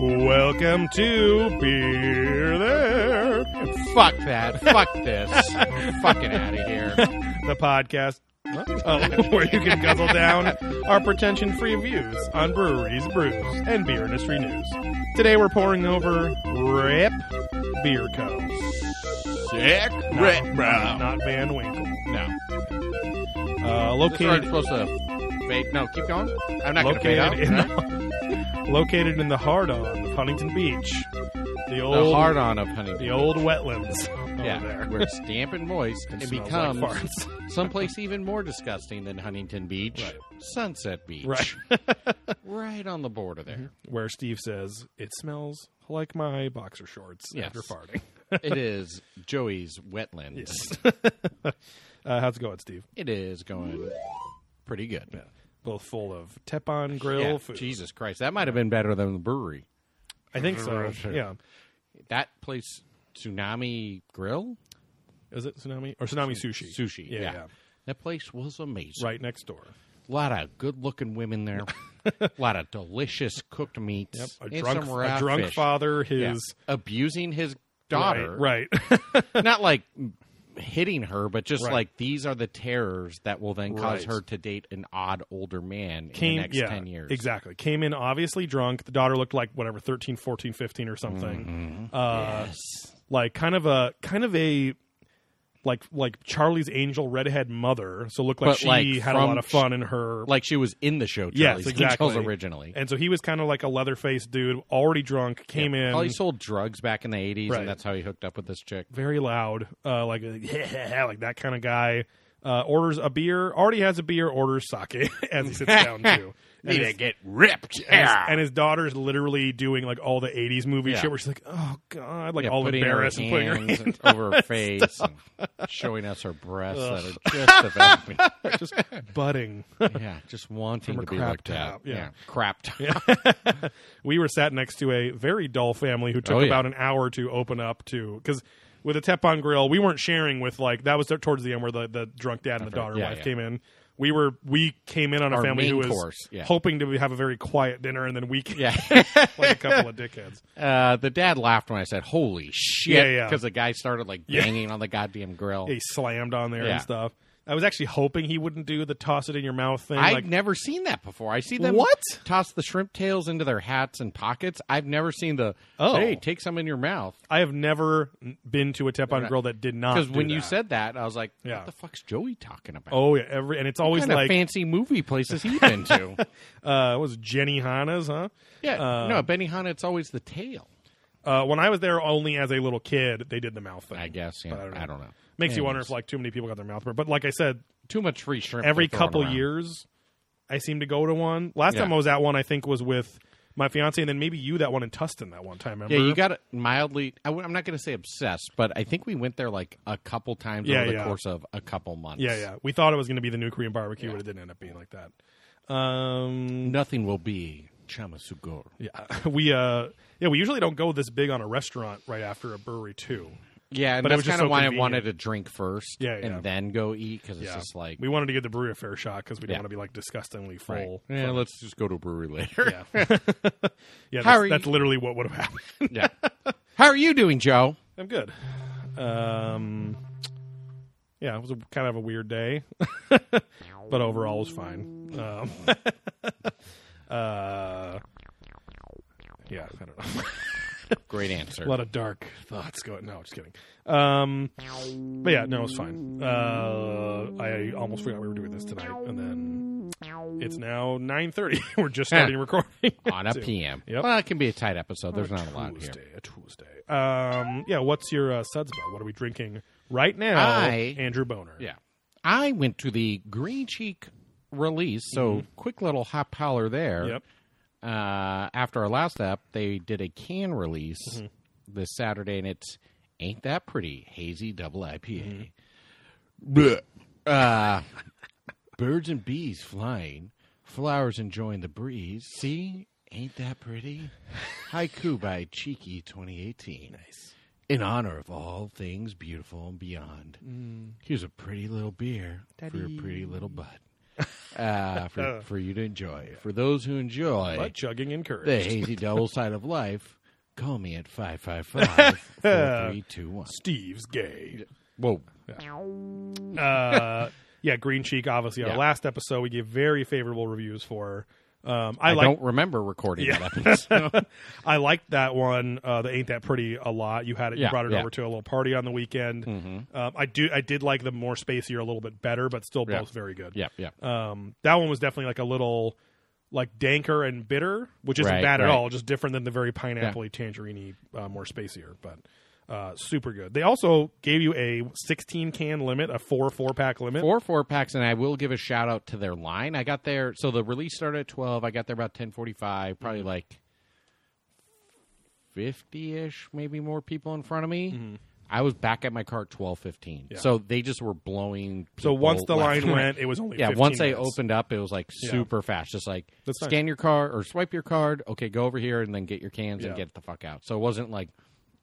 Welcome to Beer There, Fuck that. Fuck this. I'm fucking out of here. the podcast oh, where you can guzzle down our pretension free views on breweries, brews, and beer industry news. Today we're pouring over Rip Beer Co. Sick Not- Not Van Winkle. No. Uh, This is where I'm located, supposed to fake. No, keep going. I'm not going to located, fade out. in right? the, located in the hard on of Huntington Beach. The The old hard on of honey. the old wetlands over yeah, there. where it's damp and moist and It smells like becomes farts. someplace even more disgusting than Huntington Beach, Sunset Beach, Right. right on the border there. Where Steve says, it smells like my boxer shorts Yes. after farting. it is Joey's wetlands. uh, how's it going, Steve? It is going pretty good. Both full of Teppan grill Yeah, food. Jesus Christ, that might have been better than the brewery. I think so. Sure. Yeah. That place, Tsunami Grill Is it tsunami or tsunami sushi? Sushi. Yeah. yeah. that place was amazing. Right next door. A lot of good-looking women there. a lot of delicious cooked meats. Yep. A and drunk, some a raw drunk fish. father. His Yeah. abusing his Right, daughter. Right. Not like hitting her, but just Right. like these are the terrors that will then cause Right. her to date an odd older man in Came the next yeah, 10 years. Exactly. Came in obviously drunk. The daughter looked like whatever 13, 14, 15 or something. Mm-hmm. Uh Yes. like kind of a kind of a like like Charlie's Angel redhead mother. So looked like But, she like, had a from- lot of fun in her Like she was in the show, Yes, Charlie's exactly. Angels originally. And so he was kind of like a leather faced dude, already drunk, came in Probably sold drugs back in the 80s, Right. and that's how he hooked up with this chick. very loud, uh, like like that kind of guy. Uh, orders a beer, already has a beer, orders sake as he sits down too. And his, get ripped. and his- and his daughter's literally doing like all the '80s movie Yeah. shit, where she's like, "Oh God!" Like Yeah, all putting her embarrassed and putting her hands hand over her face, and showing us her breasts that are just developing. just butting. Yeah, just wanting From to a be crap looked top, at. yeah. crap top. we were sat next to a very dull family who took Oh, yeah. about an hour to open up to because with a Teppan grill we weren't sharing with like that was towards the end where the, the drunk dad and the daughter yeah, wife yeah. came in. We were we came in on a Our family main who was course, yeah. hoping to have a very quiet dinner and then we came Yeah, like a couple of dickheads. uh, the dad laughed when I said, "Holy shit!" Yeah, yeah. Because the guy started like Yeah. banging on the goddamn grill. He slammed on there Yeah. and stuff. I was actually hoping he wouldn't do the toss it in your mouth thing. I've like, never seen that before. I see them What? toss the shrimp tails into their hats and pockets. I've never seen the Oh. hey, take some in your mouth. I have never been to a Teppan grill that did not. Because do when you that. said that, I was like, Yeah. "What the fuck's Joey talking about?" oh yeah, every and it's always what kind like of fancy movie places he been to? uh, what was it, Jenny Hana's, huh? yeah, no, Benihana. It's always the tail. Uh, when I was there only as a little kid, they did the mouth thing. I guess. Yeah, But I don't know. Makes you Anyways. wonder if like too many people got their mouth burned. But like I said, Too much free shrimp. every they're throwing couple around. years, I seem to go to one. Last Yeah. time I was at one, I think was with my fiance, and then maybe you that one in Tustin that one time. Remember? Yeah, you got mildly. I, am not going to say obsessed, but I think we went there like a couple times Yeah, over the yeah. course of a couple months. Yeah, yeah. We thought it was going to be the new Korean barbecue, but it didn't end up being like that. Um, Nothing will be chamasugor. yeah, we uh, yeah, we usually don't go this big on a restaurant right after a brewery too. Yeah, and But it that's was just kind so of why convenient. I wanted to drink first, Yeah, yeah. and then go eat because it's Yeah, just like, we wanted to give the brewery a fair shot because we didn't Yeah. want to be like disgustingly full. right. yeah, let's just go to a brewery later. Yeah, yeah. That's, Harry. that's literally what would have happened. Yeah. How are you doing, Joe? I'm good. Um, yeah, it was a, kind of a weird day, but overall it was fine. Um, uh, yeah, I don't know. Great answer. a lot of dark thoughts going. No, just kidding. Um, but yeah, no, it was fine. Uh, I almost forgot we were doing this tonight, and then it's now 9:30. we're just starting recording On a PM. Yep. Well, it can be a tight episode. There's not a lot here. Tuesday, a Tuesday. Um, yeah, what's your uh, suds about? What are we drinking right now? I- Andrew Boner. Yeah. I went to the Green Cheek release, so quick little hop holler there. Yep. Uh, after our last app, they did a can release this Saturday, and it's Ain't That Pretty Hazy Double IPA. Blech. Uh, birds and bees flying, flowers enjoying the breeze. See? Ain't that pretty? Haiku by Cheeky 2018 Nice. in honor of all Mm. things beautiful and beyond. Here's a pretty little beer for your pretty little butt. uh, Oh. for, for you to enjoy. For those who enjoy But chugging the encouraged. hazy double side of life, call me at 555 4321. Steve's gay. Whoa. Uh, yeah, Green Cheek. Obviously, our Yeah. last episode we gave very favorable reviews for. Um, I, I, like don't remember recording Yeah. that episode. I liked that one. Uh, the ain't that pretty a lot. You had it. you Yeah, brought it yeah. Mm-hmm. over to a little party on the weekend. Um, I do. I did like the more spacier a little bit better, but still Yeah. both very good. yep, yep. Um, that one was definitely like a little like danker and bitter, which isn't Right, bad at right. all. Just different than the very pineapple y tangerine uh, more spacier, but uh, super good. They also gave you a 16 can limit, a four four pack limit. Four four packs, and I will give a shout out to their line. I got there, so the release started at twelve. I got there about ten forty five, probably Mm-hmm. like fifty ish, maybe more people in front of me. I was back at my car at twelve fifteen, Mm-hmm. Yeah. so they just were blowing. So people once the line left and right. went, it was only yeah, 15 once they minutes. opened up, it was like super fast. Just like That's scan your card or swipe your card. Okay, go over here and then get your cans and Yeah. get the fuck out. So it wasn't like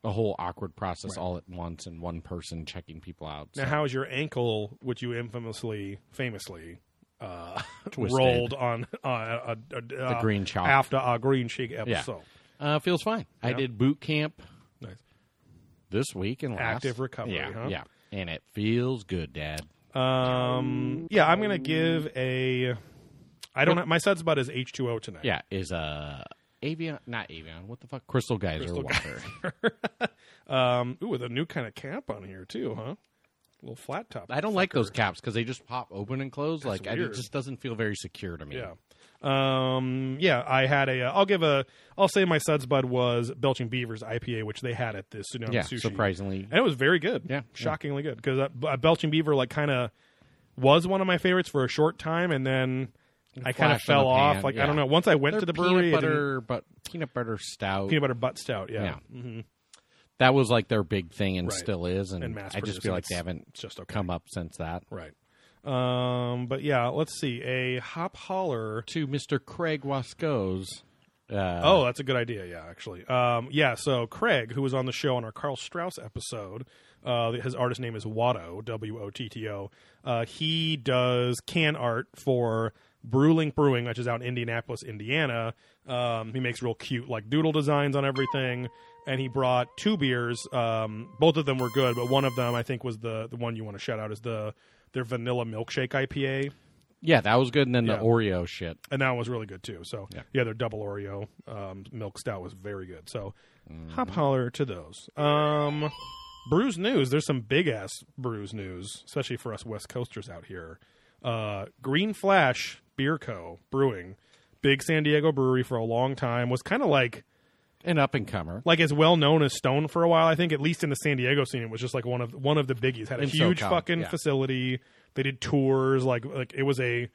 a whole awkward process all at once and one person checking people out. So. Now, how's your ankle, which you infamously, famously, uh, Twisted. rolled on uh, uh, uh, the green chalk. after our green chic episode? Uh, feels fine. I did boot camp Nice. this week and last. Active recovery, Yeah, huh? yeah, and it feels good, Dad. Um, yeah, I'm gonna give a. I don't. Have, my set's about as H2O tonight. Yeah, is uh, avion not avion? What the fuck? Crystal geyser water. Um. Ooh, with a new kind of cap on here too, huh? little flat top. I don't like those caps because they just pop open and close. like I, weird. it just doesn't feel very secure to me. Yeah. Um. Yeah. I had a. Uh, I'll give a. I'll say my suds bud was Belching Beavers IPA, which they had at the Tsunami yeah, Sushi. surprisingly. and it was very good. Yeah, yeah. shockingly good because uh, Belching Beaver like kind of was one of my favorites for a short time, and then I kind of flashed in fell the off. pan, Like I yeah. don't know. Once I went to the brewery, peanut I didn't- butter, but peanut butter stout. peanut butter butt stout. Yeah, Yeah. that was like their big thing and Right. still is, and, And mass I just produced, feel and like they it's haven't just okay. come up since that. right. Um, but yeah, let's see. A hop holler. To Mister Craig Wasco's. Uh, Oh, that's a good idea. Yeah, actually. Um, yeah. So Craig, who was on the show on our Carl Strauss episode, uh, his artist name is Watto W O T T O. Uh, he does can art for Brewlink Brewing, which is out in Indianapolis, Indiana. Um, he makes real cute like doodle designs on everything, and he brought two beers. Um, both of them were good, but one of them I think was the the one you want to shout out is the their vanilla milkshake IPA. Yeah, that was good. And then Yeah. the Oreo shit. and that one was really good too. So yeah, Yeah. their double Oreo um, milk stout was very good. So hop holler to those. Um, brews news. There's some big ass brews news, especially for us West Coasters out here. Uh, Green Flash Beer Co. Brewing, big San Diego brewery for a long time, was kind of like An up and comer. like as well known as Stone for a while. I think at least in the San Diego scene, it was just like one of one of the biggies. Had a In huge SoCal, fucking yeah. facility. They did tours. Like like it was a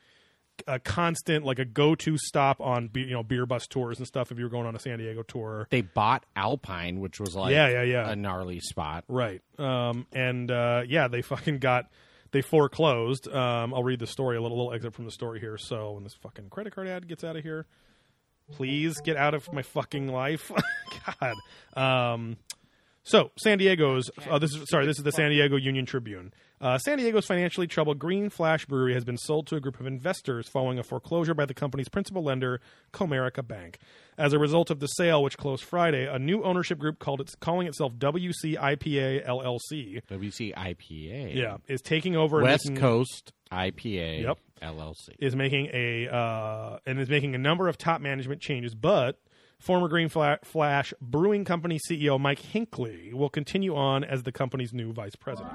a constant like a go to stop on be, you know beer bus tours and stuff. If you were going on a San Diego tour, they bought Alpine, which was like Yeah, yeah, yeah. a gnarly spot. Right. Um, and uh, yeah, they fucking got they foreclosed. Um, I'll read the story a little, little excerpt from the story here. So when this fucking credit card ad gets out of here, please get out of my fucking life. God. Um, so San Diego's uh, this is sorry this is the San Diego Union Tribune. Uh, San Diego's financially troubled Green Flash Brewery has been sold to a group of investors following a foreclosure by the company's principal lender, Comerica Bank. As a result of the sale, which closed Friday, a new ownership group called its calling itself WCIPA LLC. WCIPA. Yeah, is taking over and West making- Coast IPA Yep. LLC. is making a uh, and is making a number of top management changes, but former Green Fla- Flash Brewing Company CEO Mike Hinckley will continue on as the company's new vice president.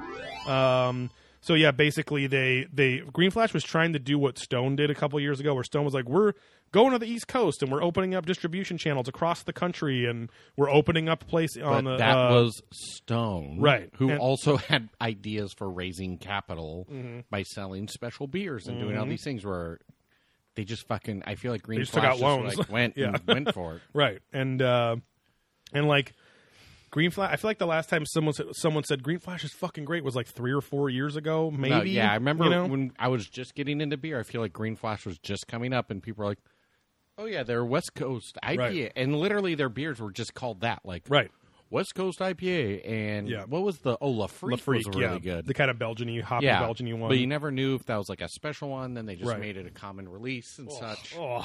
Um, so yeah, basically they they Green Flash was trying to do what Stone did a couple years ago, where Stone was like, "We're going to the East Coast and we're opening up distribution channels across the country, and we're opening up place But on the that uh, was Stone, right, Who and- Mm-hmm. also had ideas for raising capital by selling special beers and doing all these things where they just fucking. I feel like Green just took Flash out just, loans. like, went Yeah. and went for it. Right. And uh and like Green Flash I feel like the last time someone said someone said Green Flash is fucking great was like 3 or 4 years ago maybe. No, yeah, I remember you know? when I was just getting into beer. I feel like Green Flash was just coming up, and people were like, "Oh yeah, they're West Coast IPA," Right. and literally their beers were just called that. Like, Right. West Coast IPA and Yeah. what was the oh La Freak, Freak, was really yeah, good. The kind of Belgian-y, hoppy yeah, Belgian-y one. but you never knew if that was like a special one. Then they just Right. made it a common release and such. Oh,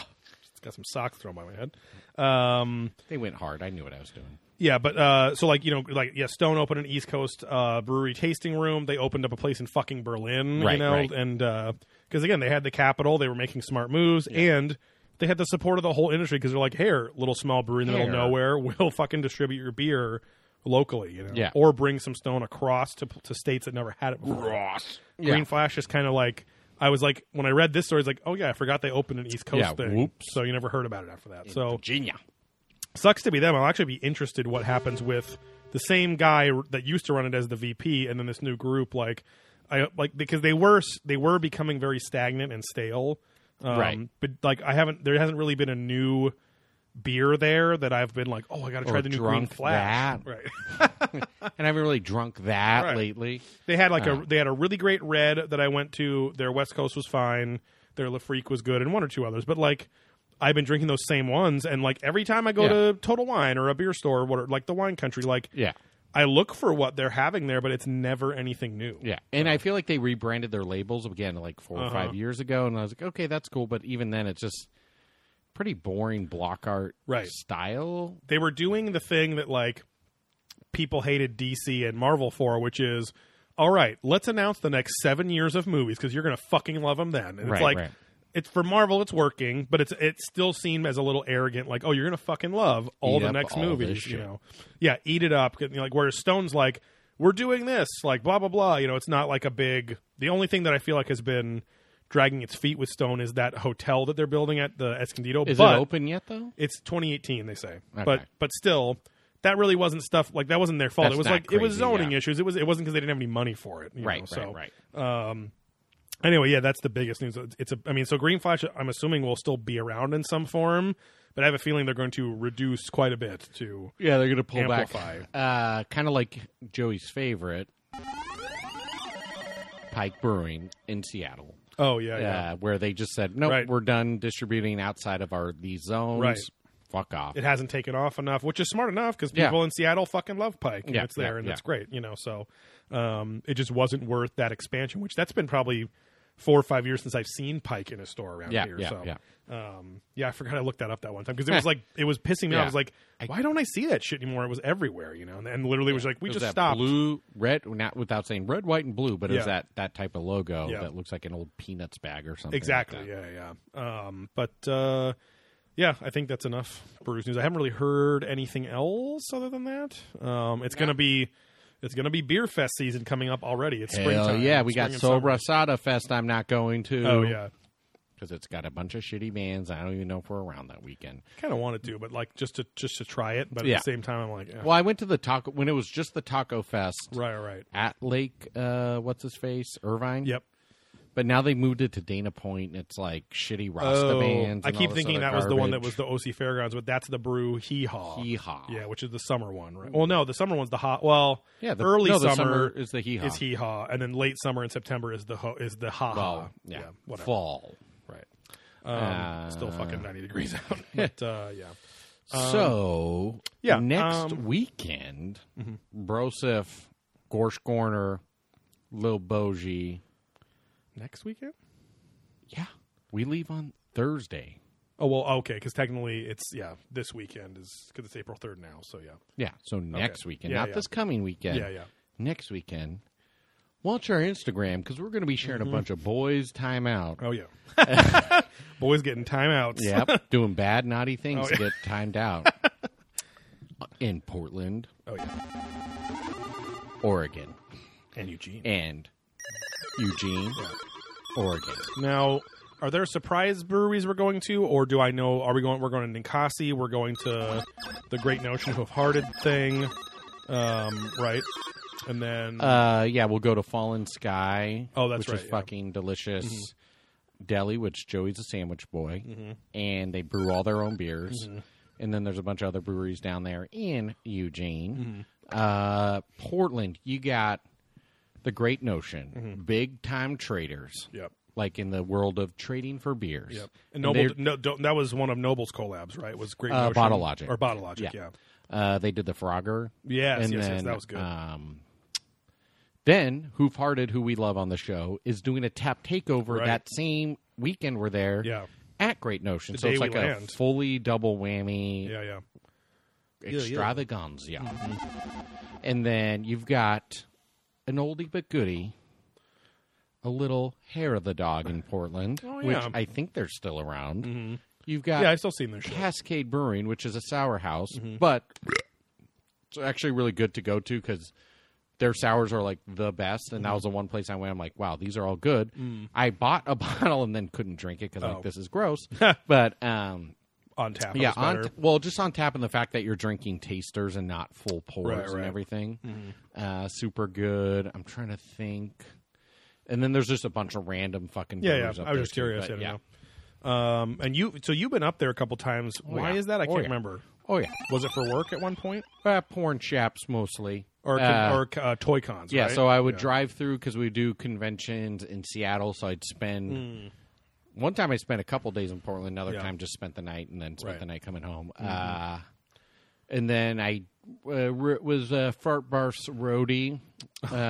it's got some socks thrown by my head. Um, They went hard. I knew what I was doing. yeah, but uh, so like you know, like yeah, Stone opened an East Coast uh, brewery tasting room. They opened up a place in fucking Berlin, you Right, know, right. and because again, they had the capital, they were making smart moves, and they had the support of the whole industry because they're like, here, little small brewery in the middle of Here. nowhere, we'll fucking distribute your beer locally, you know, Yeah. or bring some Stone across to to states that never had it before. Ross. Green Flash is kind of like I was like when I read this story, I was like, oh yeah, I forgot they opened an East Coast Yeah, thing. whoops. So you never heard about it after that. So Virginia. sucks to be them. I'll actually be interested what happens with the same guy that used to run it as the VP, and then this new group. Like, I like because they were s- they were becoming very stagnant and stale. Um, Right. But like, I haven't. There hasn't really been a new beer there that I've been like, oh, I got to try Or the new Green drunk Flash. that. Right. And I haven't really drunk that Right. lately. They had like Uh. a they had a really great red that I went to. Their West Coast was fine. Their Lafrique was good, and one or two others. But like, I've been drinking those same ones, and like every time I go Yeah. to Total Wine or a beer store, or what like the wine country, like Yeah. I look for what they're having there, but it's never anything new. Yeah. And I feel like they rebranded their labels again like 4 or five years ago. And I was like, okay, that's cool. But even then, it's just pretty boring block art Right. style. They were doing the thing that like people hated DC and Marvel for, which is. All right, let's announce the next seven years of movies because you're gonna fucking love them then. And it's Right, like, right. it's for Marvel, it's working, but it's it still seemed as a little arrogant, like, oh, you're gonna fucking love all Eat the up next all movies, this you shit. know? Yeah, eat it up. You know, Like, whereas Stone's like, we're doing this, like, blah blah blah. You know, it's not like a big. The only thing that I feel like has been dragging its feet with Stone is that hotel that they're building at the Escondido. Is but it open yet, though? It's 2018, they say, Okay. but but still. That really wasn't stuff like that wasn't their fault. That's it was not like it was crazy, zoning yeah. issues. It was it wasn't because they didn't have any money for it. you Right, know, right, so right. anyway, yeah, that's the biggest news. It's- It's a, I mean, so Green Flash, I'm assuming will still be around in some form, but I have a feeling they're going to reduce quite a bit to Yeah, they're going to pull Amplify. back. Uh, kind of like Joey's favorite, Pike Brewing in Seattle. oh yeah, yeah. uh, where they just said, "Nope, Right. we're done distributing outside of our these zones. Right. Fuck off." It hasn't taken off enough, which is smart enough because Yeah. people in Seattle fucking love Pike. And Yeah, it's there yeah, and yeah. it's great, you know. So um, it just wasn't worth that expansion, which that's been probably four or five years since I've seen Pike in a store around Yeah, here. yeah, so yeah. Um, yeah, I forgot I looked that up that one time because it was like it was pissing me off. I Yeah. was like, why don't I see that shit anymore? It was everywhere, you know. And, and literally, it was like we It was just that stopped. blue, red, not without saying red, white, and blue, but it Yeah. was that that type of logo Yeah. that looks like an old peanuts bag or something. like Exactly. that. yeah, yeah. Um, but uh, yeah, I think that's enough Brewers news. I haven't really heard anything else other than that. Um, it's gonna be it's gonna be beer fest season coming up already. It's Hell springtime. yeah, we Spring got and Sol summer. Brasada Fest. I'm not going to. Oh yeah, because it's got a bunch of shitty bands. I don't even know if we're around that weekend. kind of wanted to, but like just to just to try it. But at Yeah. the same time, I'm like, eh. Well, I went to the taco when it was just the Taco Fest right, right, at Lake. Uh, what's his face, Irvine? yep. But now they moved it to Dana Point, and it's like shitty Rasta Oh, bands. I and all keep this thinking other that was the one that garbage. was the OC Fairgrounds, but that's the brew Hee Haw. Hee Haw. Yeah, which is the summer one, right? Well, no, the summer one's the hot. Well, Yeah, the early no, the summer, is the hee haw. is hee haw, and then late summer in September is the ho- is the ha ha. Fall. yeah, whatever. fall. Right. Um, Uh, still fucking ninety degrees out, but uh, yeah, so yeah, next um, mm-hmm. weekend, Brosif, Gorsh Corner, Lil Bogie. next weekend. Yeah, we leave on Thursday. Oh well, okay, because technically it's yeah this weekend is because it's April third now, so yeah, Yeah, so next weekend, Yeah, not yeah. this coming weekend. Yeah, yeah. Next weekend. Watch our Instagram because we're going to be sharing Mm-hmm. a bunch of boys' time out. oh yeah, boys getting timeouts. Yep, doing bad, naughty things Oh, to get timed out in Portland, Oh yeah, Oregon, and Eugene. and Eugene, Oregon. Now, are there surprise breweries we're going to, or do I know? Are we going? We're going to Ninkasi. We're going to the Great Notion Hoof Hearted thing, um, right? And then Uh, yeah, we'll go to Fallen Sky. Oh, that's which right, is yeah. Mm-hmm. fucking delicious. Deli, which Joey's a sandwich boy, and they brew all their own beers. Mm-hmm. And then there's a bunch of other breweries down there in Eugene, Mm-hmm. uh, Portland. You got the Great Notion, Mm-hmm. big time traders. Yep. Like in the world of trading for beers. Yep. And Noble, they're- no, don't- that was one of Noble's collabs, right? Was Great Uh, Notion- Bottle Logic. or Bottle Logic? Yeah. Yeah. Uh, they did the Frogger. Yes, and yes, then, yes, that was good. Um, then Hoof Hearted, who we love on the show, is doing a tap takeover Right. that same weekend we're there yeah, at Great Notion. The so it's day like we a land. fully double whammy yeah, yeah. yeah. Mm-hmm. extravaganza. And then you've got an oldie but goodie, a little hair of the dog in Portland, Oh, which yeah. Mm-hmm. I think they're still around. You've got Yeah, I still seen their show. Cascade Brewing, which is a sour house, Mm-hmm. but it's actually really good to go to because their sours are like the best. Mm-hmm. And that was the one place I went. I'm like, wow, these are all good. I bought a bottle and then couldn't drink it because Mm. Oh. like this is gross. but um, on tap. yeah, Yeah, on t- well, just on tap and the fact that you're drinking tasters and not full pours Right, and right. Mm-hmm. everything. Uh, super good. I'm trying to think. And then there's just a bunch of random fucking. yeah, yeah. brewers up I was there, just too, curious. I but don't know. Um, and you, so you've been up there a couple times. Why yeah. is that? I Oh, can't yeah. remember. Oh yeah, Was it for work at one point, uh, porn chaps mostly. or Uh, or uh, toy cons? yeah, right? so I would drive through because we do conventions in Seattle. So I'd spend one time I spent a couple days in Portland, another Hmm. Yeah. time just spent the night and then Right. spent Mm-hmm. the night coming home. Uh, and then I uh, r- was uh, Fart Barf's roadie uh, on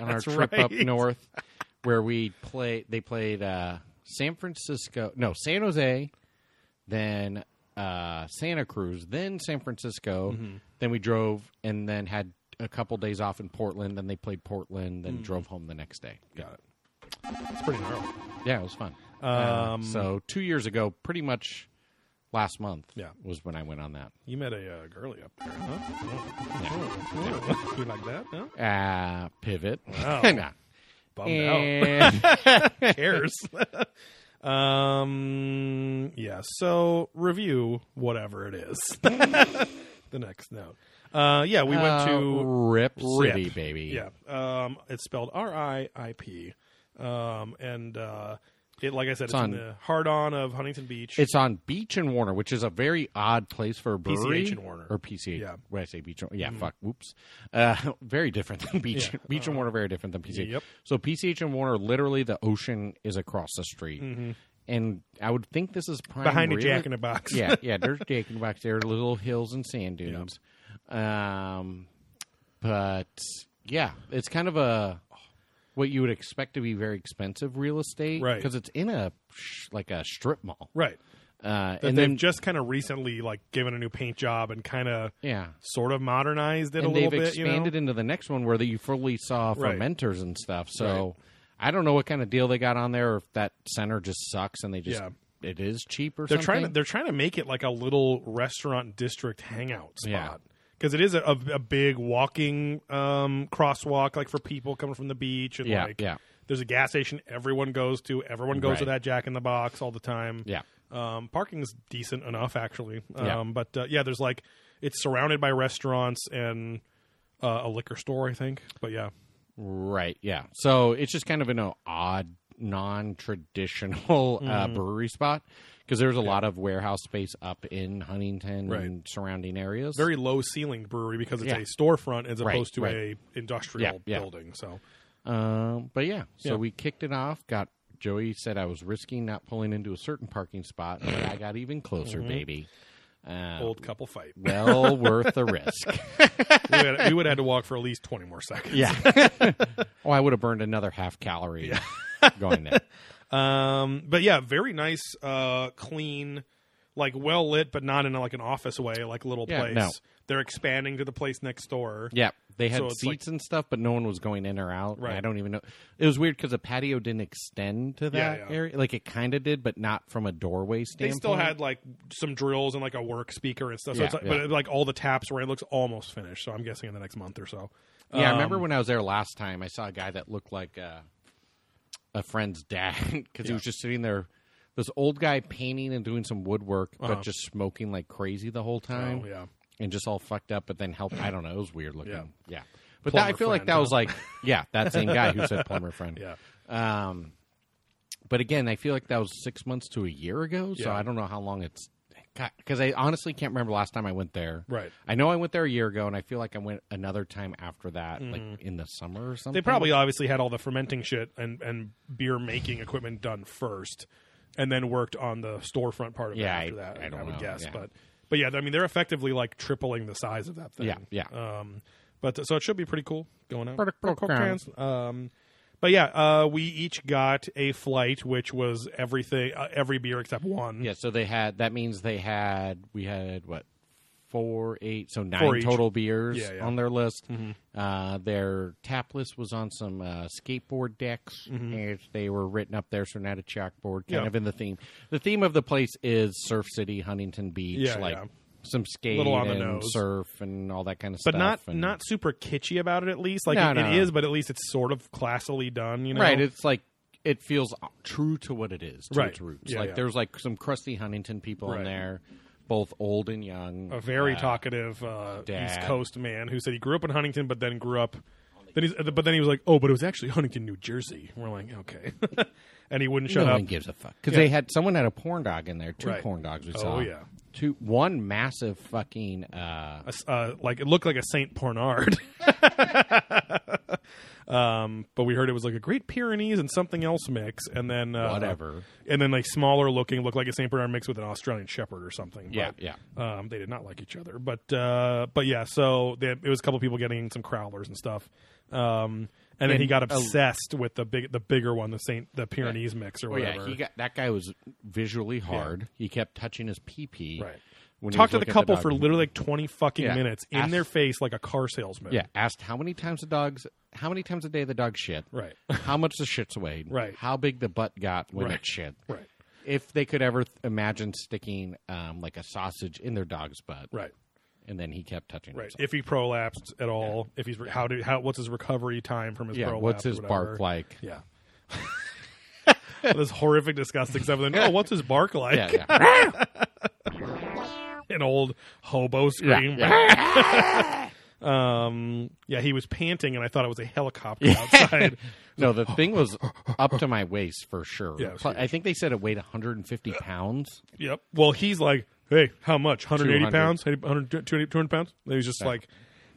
our That's trip up right. north, where we play. They played uh, San Francisco, no San Jose, then uh, Santa Cruz, then San Francisco. Mm-hmm. Then we drove and then had a couple days off in Portland. Then they played Portland, Mm. then drove home the next day. got it. It's pretty gnarly. Yeah, it was fun. Um, so two years ago, pretty much last month, Yeah. was when I went on that. You met a uh, girly up there, huh? Oh, Yeah. you like that? Huh? Uh, pivot. Wow. Nah. Bummed out. and Who cares? um, yeah. So review whatever it is. the next note. Uh, yeah, we went to uh, Rip City, Rip. baby. Yeah. Um, it's spelled R I I P. Um, and uh, it, like I said, it's, on- in the hard on of Huntington Beach. It's on Beach and Warner, which is a very odd place for a brewery. PCH and Warner. Or PCH. Yeah. Mm-hmm. When I say Beach and Yeah, fuck. Whoops. Uh, very different than Beach. Yeah. Uh-huh. Beach and Warner, very different than PCH. Yep. So PCH and Warner, literally the ocean is across the street. And I would think this is prime Mm-hmm. behind a real- Jack in a Box. yeah, yeah. There's Jack in the Box. There are little hills and sand dunes. Um, but yeah, it's kind of a what you would expect to be very expensive real estate, Right. Because it's in a sh- like a strip mall, Right. uh, That and they've then just kind of recently like given a new paint job and kind of yeah, sort of modernized it a and little they've bit. expanded into the next one where that you fully saw Right. fermenters and stuff. So I don't know what kind of deal they got on there, or if that center just sucks and they just Yeah. it is cheap or you know? they're something. trying to they're trying to make it like a little restaurant district hangout Yeah. spot. Because it is a, a, a big walking um, crosswalk, like for people coming from the beach, and Yeah, like yeah. there's a gas station everyone goes to. Everyone goes to Right. that Jack in the Box all the time. yeah. Um, parking's decent enough, actually. Um, Yeah. But uh, yeah, there's like it's surrounded by restaurants and uh, a liquor store, I think. But yeah, Right. Yeah. So it's just kind of an odd, non-traditional Mm-hmm. uh, brewery spot because there's a lot of warehouse space up in Huntington Right. and surrounding areas. very low ceilinged brewery because it's Yeah. a storefront as opposed to right. a industrial Yeah, yeah. building. So Um, but yeah, so Yeah. we kicked it off. Got Joey said I was risking not pulling into a certain parking spot, but I got even closer, Mm-hmm. baby. Uh, old couple fight. we well worth the risk. would have, we would have had to walk for at least twenty more seconds. Yeah. oh, I would have burned another half calorie going there. Um, but yeah, very nice, uh, clean, like well lit, but not in like an office way, like little Yeah, place. no. They're expanding to the place next door. Yeah, they had So it's like- seats and stuff, but no one was going in or out. and I Right. don't even know. It was weird because the patio didn't extend to that yeah. area. Like it kind of did, but not from a doorway they standpoint. still had like some drills and like a work speaker and stuff. So Yeah, it's like, yeah. But like all the taps where it looks almost finished. So I'm guessing in the next month or so. Yeah, I Um, remember when I was there last time, I saw a guy that looked like uh, a friend's dad because he was just sitting there. This old guy painting and doing some woodwork, but just smoking like crazy the whole time, Uh-huh. Oh, yeah. and just all fucked up. But then help, I don't know. It was weird looking. Yeah, Yeah. but that, I Plumber feel like friend, that huh? was like, yeah, that same guy who said plumber friend. Yeah. Um, but again, I feel like that was six months to a year ago, so Yeah. I don't know how long it's. Because I honestly can't remember last time I went there. Right. I know I went there a year ago, and I feel like I went another time after that, like in the summer or something. Mm-hmm. They probably obviously had all the fermenting shit and, and beer making equipment done first and then worked on the storefront part of Yeah, it after I- that. I don't would know. guess. Yeah. But But yeah, I mean, they're effectively like tripling the size of that thing. Yeah, yeah. Um, but so it should be pretty cool going out. Pretty cool, Cool yeah. cans. Um, but yeah, uh, we each got a flight, which was everything, uh, every beer except one. Yeah, so they had that means they had we had what four, eight, so nine Four each. total beers Yeah, Mm-hmm. yeah. on their list. Uh, their tap list was on some uh, skateboard decks, and they were written up there, so not a chalkboard, kind Mm-hmm. Yeah. of in the theme. The theme of the place is Surf City, Huntington Beach, Yeah, like yeah. some skate Little on the and nose. surf and all that kind of but stuff. not and- not super kitschy about it. At least like No, it, no, it no. is, but at least it's sort of classily done. You know, right. It's like. It feels true to what it is, to Right. its roots. Yeah, like yeah. there's like some crusty Huntington people in Right. there, both old and young. a very Uh, talkative uh, Dad. East Coast man who said he grew up in Huntington, but then grew up. Then he's, but then he was like, "Oh, but it was actually Huntington, New Jersey." And we're like, "Okay," and he wouldn't shut no up. one gives a fuck because they had someone had a porn dog in there. Two Right. porn dogs we Oh, saw. yeah. two one massive fucking uh, a s- uh, like it looked like a Saint Pornard. um, but we heard it was like a Great Pyrenees and something else mix, and then uh, Whatever. and then like smaller looking looked like a Saint Bernard mix with an Australian Shepherd or something. yeah But, yeah. Um, they did not like each other, but uh, but yeah. So they, it was a couple people getting some crowlers and stuff. Um, and then he got obsessed with the big, the bigger one, the Saint, the Pyrenees mix or Oh whatever. yeah, he got that guy was visually hard. He kept touching his pee pee. Right. When he Talked to was the looking at couple dog. for literally like twenty fucking Yeah. minutes in Ask- their face like a car salesman. yeah. Asked how many times the dogs, how many times a day the dog shit, Right. How much the shits weighed, Right. How big the butt got when Right. it shit, Right. If they could ever th- imagine sticking um, like a sausage in their dog's butt, Right. And then he kept touching Right. himself. If he prolapsed at all, if he's how did how what's his recovery time from his yeah, prolapse? what's his or whatever. bark like? Yeah. this horrific, disgusting stuff. And then, oh, what's his bark like? Yeah, yeah. An old hobo scream. um, yeah, he was panting, and I thought it was a helicopter outside. No, the thing was up to my waist for sure. Yeah, it was Pl- I think they said it weighed 150 pounds. Yep. Well, he's like, hey, how much? 180 200. pounds? 100, 200, 200 pounds? And he's just like,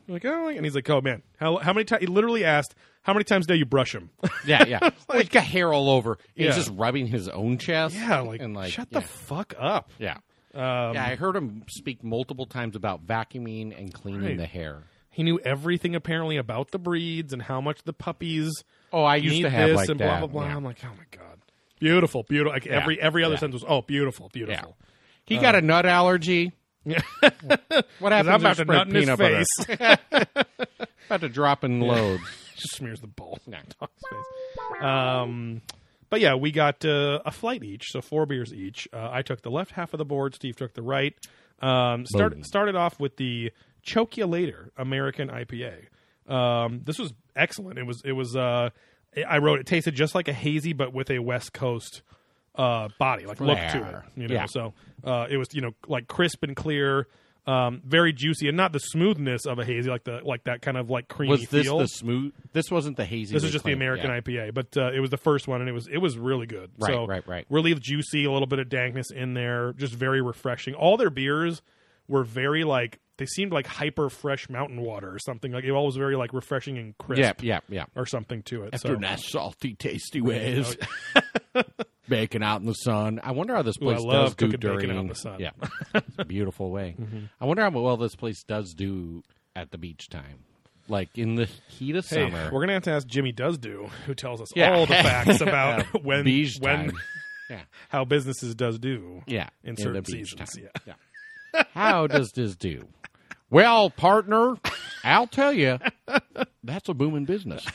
like, oh, and he's like, oh, man. How, how many times? He literally asked, how many times a day you brush him? Yeah, yeah. like got hair all over. He's Yeah. just rubbing his own chest. yeah, like, and like shut yeah, the Um, fuck up. yeah. yeah, I heard him speak multiple times about vacuuming and cleaning Right. the hair. He knew everything apparently about the breeds and how much the puppies Oh, I used used to this have like and that. blah blah blah. Yeah. I'm like, oh my god, beautiful, beautiful. Like every every other sentence was, oh, beautiful, Yeah. beautiful. He Uh, got a nut allergy. what happened? I'm about to nut in his face. About to drop in loads. Just smears the bowl. Yeah. Um, but yeah, we got uh, a flight each, so four beers each. Uh, I took the left half of the board. Steve took the right. Um, Boom. start, started off with the Choke Ya Later American IPA. Um, this was excellent. It was it was. Uh, I wrote it tasted just like a hazy, but with a West Coast uh, body, like look to Flair. it. You know, Yeah. so uh, it was you know like crisp and clear. Um, very juicy and not the smoothness of a hazy, like the like that kind of like creamy Was this feel. the smooth? This wasn't the hazy. This they is just claimed. the American Yeah. IPA, but uh, it was the first one, and it was it was really good. Right, so right, right. Relieved juicy, a little bit of dankness in there, just very refreshing. All their beers were very like they seemed like hyper fresh mountain water or something. Like it all was very like refreshing and crisp Yeah, yeah, yeah. or something to it. After so oh, nice salty, tasty ways, baking out in the sun. I wonder how this Ooh, I place does love do cooking during bacon out in the sun. Mm-hmm. Yeah, it's a beautiful way. I wonder how well this place does do at the beach time, like in the heat of hey, summer. we're gonna have to ask Jimmy Does Do, who tells us Yeah. all the facts about Yeah, when beach when time. yeah, how businesses does do. yeah, in certain the beach seasons. time. Yeah. How does this do? Well, partner, I'll tell you, that's a booming business.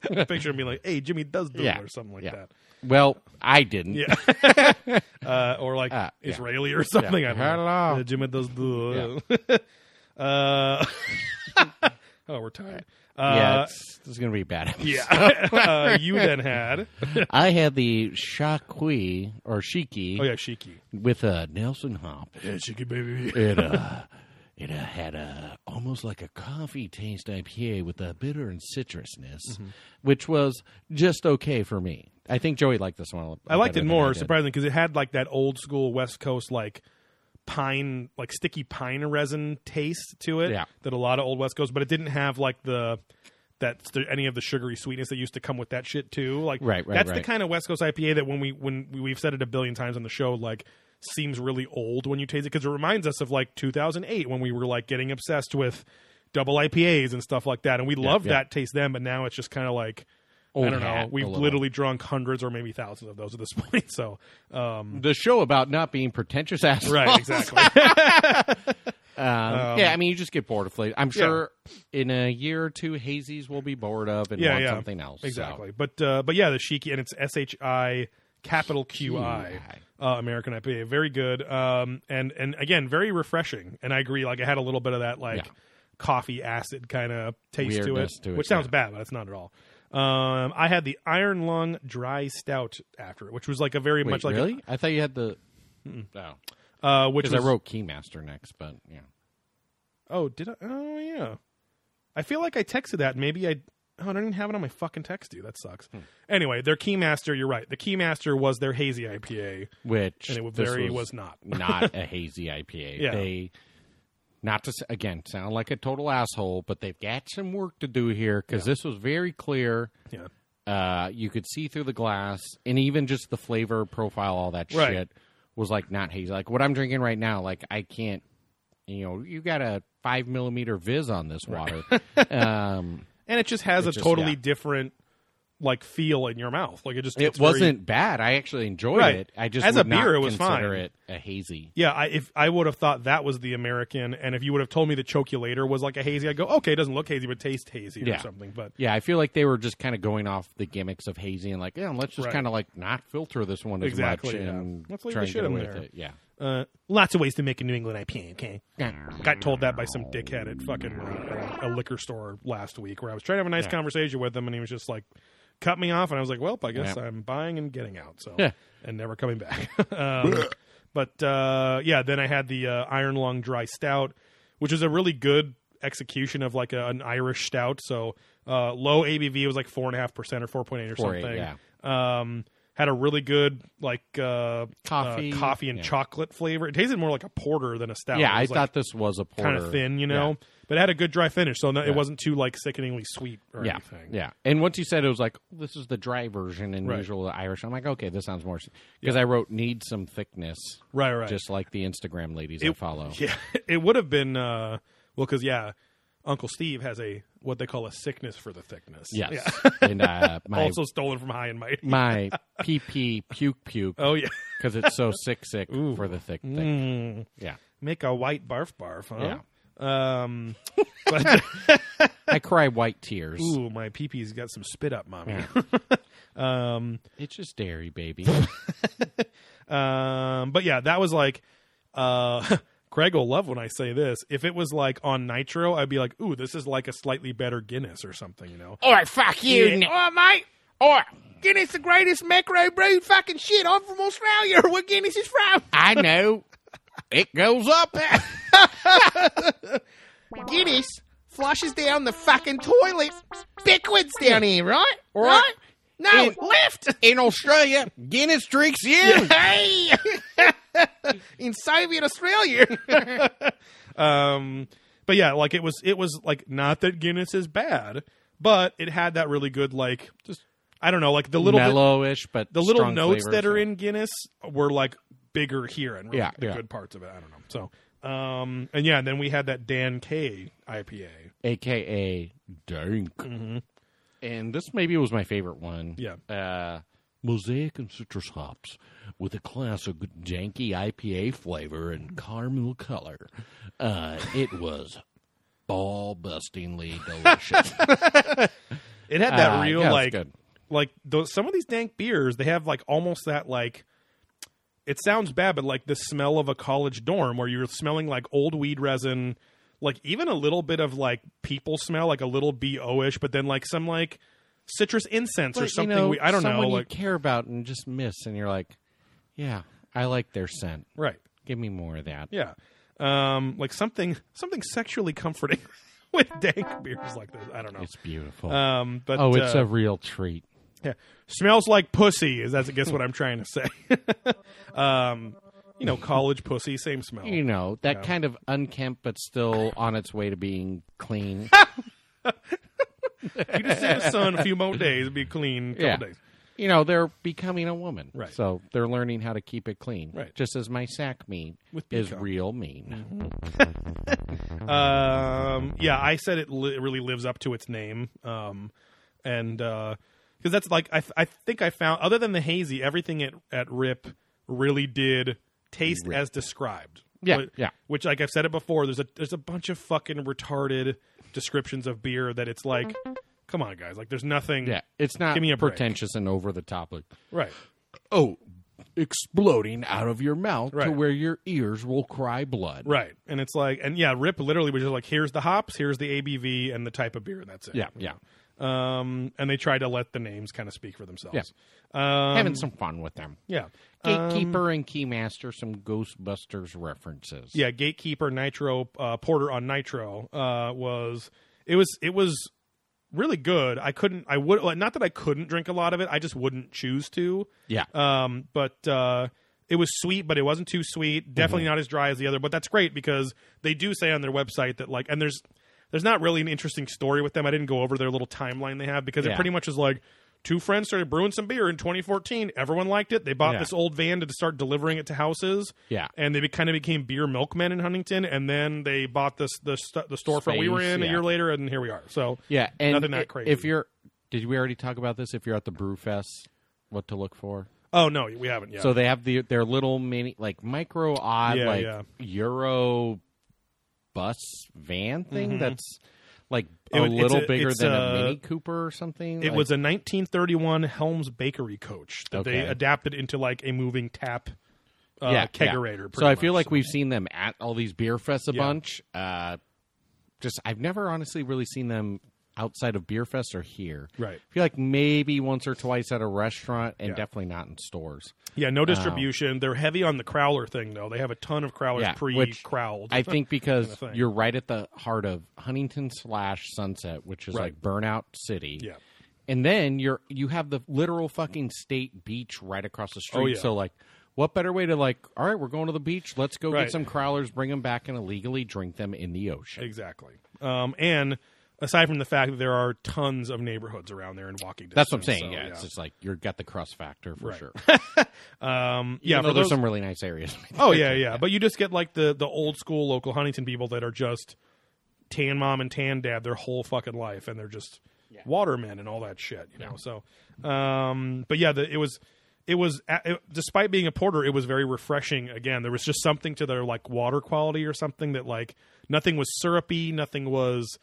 Picture me like, hey, Jimmy Does Do Yeah, or something like yeah. that. Well, I didn't. Yeah. uh, or like Ah, yeah. Israeli or something. I don't know. Hello. Uh, Jim and those do- uh, oh, we're tired. yeah, Uh, it's, this is gonna be a bad. episode. yeah. uh, you then had I had the Shakui or Shiki oh yeah, Shiki. with a Nelson hop. Yeah, Shiki baby. It uh, it uh, had a almost like a coffee taste IPA with a bitter and citrusness, Mm-hmm. which was just okay for me. I think Joey liked this one. a lot I liked better it than I more did. surprisingly because it had like that old school West Coast like pine, like sticky pine resin taste to it Yeah. that a lot of old West Coast, but it didn't have like the that st- any of the sugary sweetness that used to come with that shit too. Like Right, right, that's the right. kind of West Coast IPA that when we when we, we've said it a billion times on the show, like seems really old when you taste it because it reminds us of like 2008 when we were like getting obsessed with double IPAs and stuff like that, and we loved yeah. that taste then, but now it's just kind of like. I Old don't know. hat We've a little. literally drunk hundreds or maybe thousands of those at this point. So, um, The show about not being pretentious assholes. right, exactly. Um, yeah, I mean, you just get bored of flavor. I'm sure in a year or two, hazies will be bored of and Yeah, want yeah. something else. so. Exactly. But uh, but yeah, the Shiki and it's S H I capital Q I uh, American IPA. Very good. Um, and and again, very refreshing. And I agree. Like I had a little bit of that like Yeah. coffee acid kind of taste to it, Weirdness to it, which sounds bad, but it's not at all. Um, I had the Iron Lung Dry Stout after it, which was like a very Wait, much like a- really? I thought you had the. Oh, uh, which because was, I wrote Keymaster next, but yeah. Oh, did I? Oh, yeah. I feel like I texted that. Maybe I. Oh, I don't even have it on my fucking text, dude. That sucks. Hmm. Anyway, their Keymaster, you're right. The Keymaster was their hazy IPA, Which and it this very was not. not a hazy IPA. Yeah. They not to s- again sound like a total asshole, but they've got some work to do here because this was very clear. Yeah. Uh, you could see through the glass, and even just the flavor profile, all that Right. shit was like not hazy. Like what I'm drinking right now, like I can't. You know, you got a five millimeter viz on this water. um, And it just has a just- totally yeah. different like feel in your mouth. Like it just it it's very- wasn't bad. I actually enjoyed Right. it. I just As a would not beer, it was consider fine. it a hazy. yeah, I, if I would have thought that was the American, and if you would have told me the Choculator was like a hazy, I'd go, okay, it doesn't look hazy, but tastes hazy or Yeah. something. But Yeah, I feel like they were just kind of going off the gimmicks of hazy and like, yeah, let's just Right. kind of like not filter this one as Exactly, much yeah. and Let's leave try the and shit get in away there. with it. Yeah. uh, lots of ways to make a New England IPA. Okay, got told that by some dickhead at fucking uh, a liquor store last week where I was trying to have a nice Yeah. conversation with him and he was just like cut me off and I was like, well, I guess Yeah. I'm buying and getting out so Yeah. and never coming back. um, but uh, yeah, then I had the uh, Iron Lung Dry Stout, which is a really good execution of like a, an Irish stout. So uh, low ABV it was like four and a half percent or four point eight or 4.8, something. Um, had a really good like uh, Coffee. uh, coffee and Yeah. chocolate flavor. It tasted more like a porter than a stout. yeah, It I was, like, thought this was a porter. kind of thin, you know. But it had a good dry finish, so no, it wasn't too like sickeningly sweet or Yeah. anything. Yeah. And once you said it was like, oh, this is the dry version and Right. usual Irish, I'm like, okay, this sounds more. Because I wrote, need some thickness, Right, right. just like the Instagram ladies I follow. yeah, it would have been uh, well because yeah, Uncle Steve has a what they call a sickness for the thickness. Yes. Yeah. and uh, my, also stolen from High and Mighty. my PP puke puke Oh yeah, because it's so sick sick for the thick thing. Mm, Yeah. make a white barf barf, huh? Yeah. Um, but I cry white tears. ooh, my pee pee's got some spit up, mommy. um, It's just dairy, baby. Um, but yeah, that was like, uh, Craig will love when I say this. If it was like on Nitro, I'd be like, ooh, this is like a slightly better Guinness or something, you know? All right, fuck you. Yeah. All right, mate. All right. Guinness the greatest macro brewed fucking shit. I'm from Australia, where Guinness is from. I know. it goes up. Guinness flushes down the fucking toilet backwards down here, right? Right. No, left. In Australia, Guinness drinks you. Hey. in Soviet Australia. Um, but yeah, like it was, it was like not that Guinness is bad, but it had that really good, like, just, I don't know, like the little, bit- Mellowish, but the little notes that are in Guinness were like bigger here and really Yeah, the yeah. good parts of it. I don't know. So, um, and yeah, and then we had that Dan K IPA. aka Dank. And this maybe was my favorite one. Yeah. Uh, Mosaic and citrus hops with a classic janky IPA flavor and caramel color. Uh, it was ball bustingly delicious. It had that Uh, real yeah, it's like good. like those some of these dank beers they have like almost that like it sounds bad but like the smell of a college dorm where you're smelling like old weed resin like even a little bit of like people smell like a little bo-ish but then like some like citrus incense But, or you something know, we, i don't know someone like you care about and just miss, and you're like, yeah, I like their scent. right Give me more of that. yeah um like something something sexually comforting with dank beers like this i don't know It's beautiful. um but oh, it's uh, a real treat. Yeah. Smells like pussy is that's I guess what I'm trying to say. um, you know, college pussy, same smell. you know that kind of unkempt but still on its way to being clean You just sit in the sun a few more days, be clean. Couple Yeah. days. you know, they're becoming a woman. Right. So they're learning how to keep it clean. Right. Just as my sack meat With is peacock. Mm-hmm. real mean. Um, yeah, I said it li- really lives up to its name. Um, and because that's like I, th- I think I found other than the hazy, everything at at Rip really did taste as described. Yeah, But- yeah. Which, like I've said it before, there's a there's a bunch of fucking retarded descriptions of beer that it's like, come on, guys, like there's nothing. Yeah. It's not Give me a break. pretentious and over the top. Like, Right. oh, exploding out of your mouth to Right. where your ears will cry blood. Right. And it's like, and yeah, Rip literally was just like, here's the hops, here's the ABV, and the type of beer, and that's it. Yeah, yeah. Um, and they try to let the names kind of speak for themselves. Yeah. Um, Having some fun with them. yeah. Um, Gatekeeper and Keymaster, some Ghostbusters references. yeah. Gatekeeper Nitro uh, Porter on Nitro uh, was it was it was really good. I couldn't. I would like, not that I couldn't drink a lot of it. I just wouldn't choose to. Yeah. Um, but uh, it was sweet, but it wasn't too sweet. Definitely Mm-hmm. not as dry as the other. But that's great because they do say on their website that like, and there's there's not really an interesting story with them. I didn't go over their little timeline they have because it Yeah. pretty much is like. Two friends started brewing some beer in 2014. Everyone liked it. They bought Yeah. this old van to start delivering it to houses. Yeah. and they be, kind of became beer milkmen in Huntington. And then they bought this the st- the storefront we were Space, in a yeah. year later, and here we are. So Yeah, and Nothing that i- crazy. If you're, did we already talk about this? If you're at the Brew Fest, what to look for? Oh no, we haven't yet. So they have the their little mini, like micro odd, Yeah, like yeah. Euro bus van thing that's like Mm-hmm. It a was- it's little a- bigger it's than a, a- Mini Cooper or something. it Like, was a 1931 Helms Bakery coach that they Okay. adapted into like a moving tap uh, yeah, kegerator. Yeah. pretty So I feel much. like we've seen them at all these beer fests a Yeah. bunch. Uh, just I've never honestly really seen them outside of beer fest or here. Right. I feel like maybe once or twice at a restaurant and Yeah. definitely not in stores. yeah, no distribution. They're heavy on the crowler thing though. They have a ton of crowlers Yeah, which pre-crowled. I think because thing. you're right at the heart of Huntington slash Sunset, which is Right. like Burnout City. Yeah. And then you're you have the literal fucking state beach right across the street. Oh, yeah. So like what better way to like, all right, we're going to the beach. Let's go Right. get some crowlers, bring them back, and illegally drink them in the ocean. exactly. Um, and aside from the fact that there are tons of neighborhoods around there and walking distance, That's what I'm saying. so, yeah, it's just like you've got the crust factor for Right. sure. um, yeah. Even though For there's those, some really nice areas. oh yeah, yeah. But you just get like the the old school local Huntington people that are just tan mom and tan dad their whole fucking life, and they're just watermen and all that shit, you know. So, um, but yeah, the, it was it was a- it, despite being a porter, it was very refreshing. Again, there was just something to their like water quality or something that like nothing was syrupy, nothing was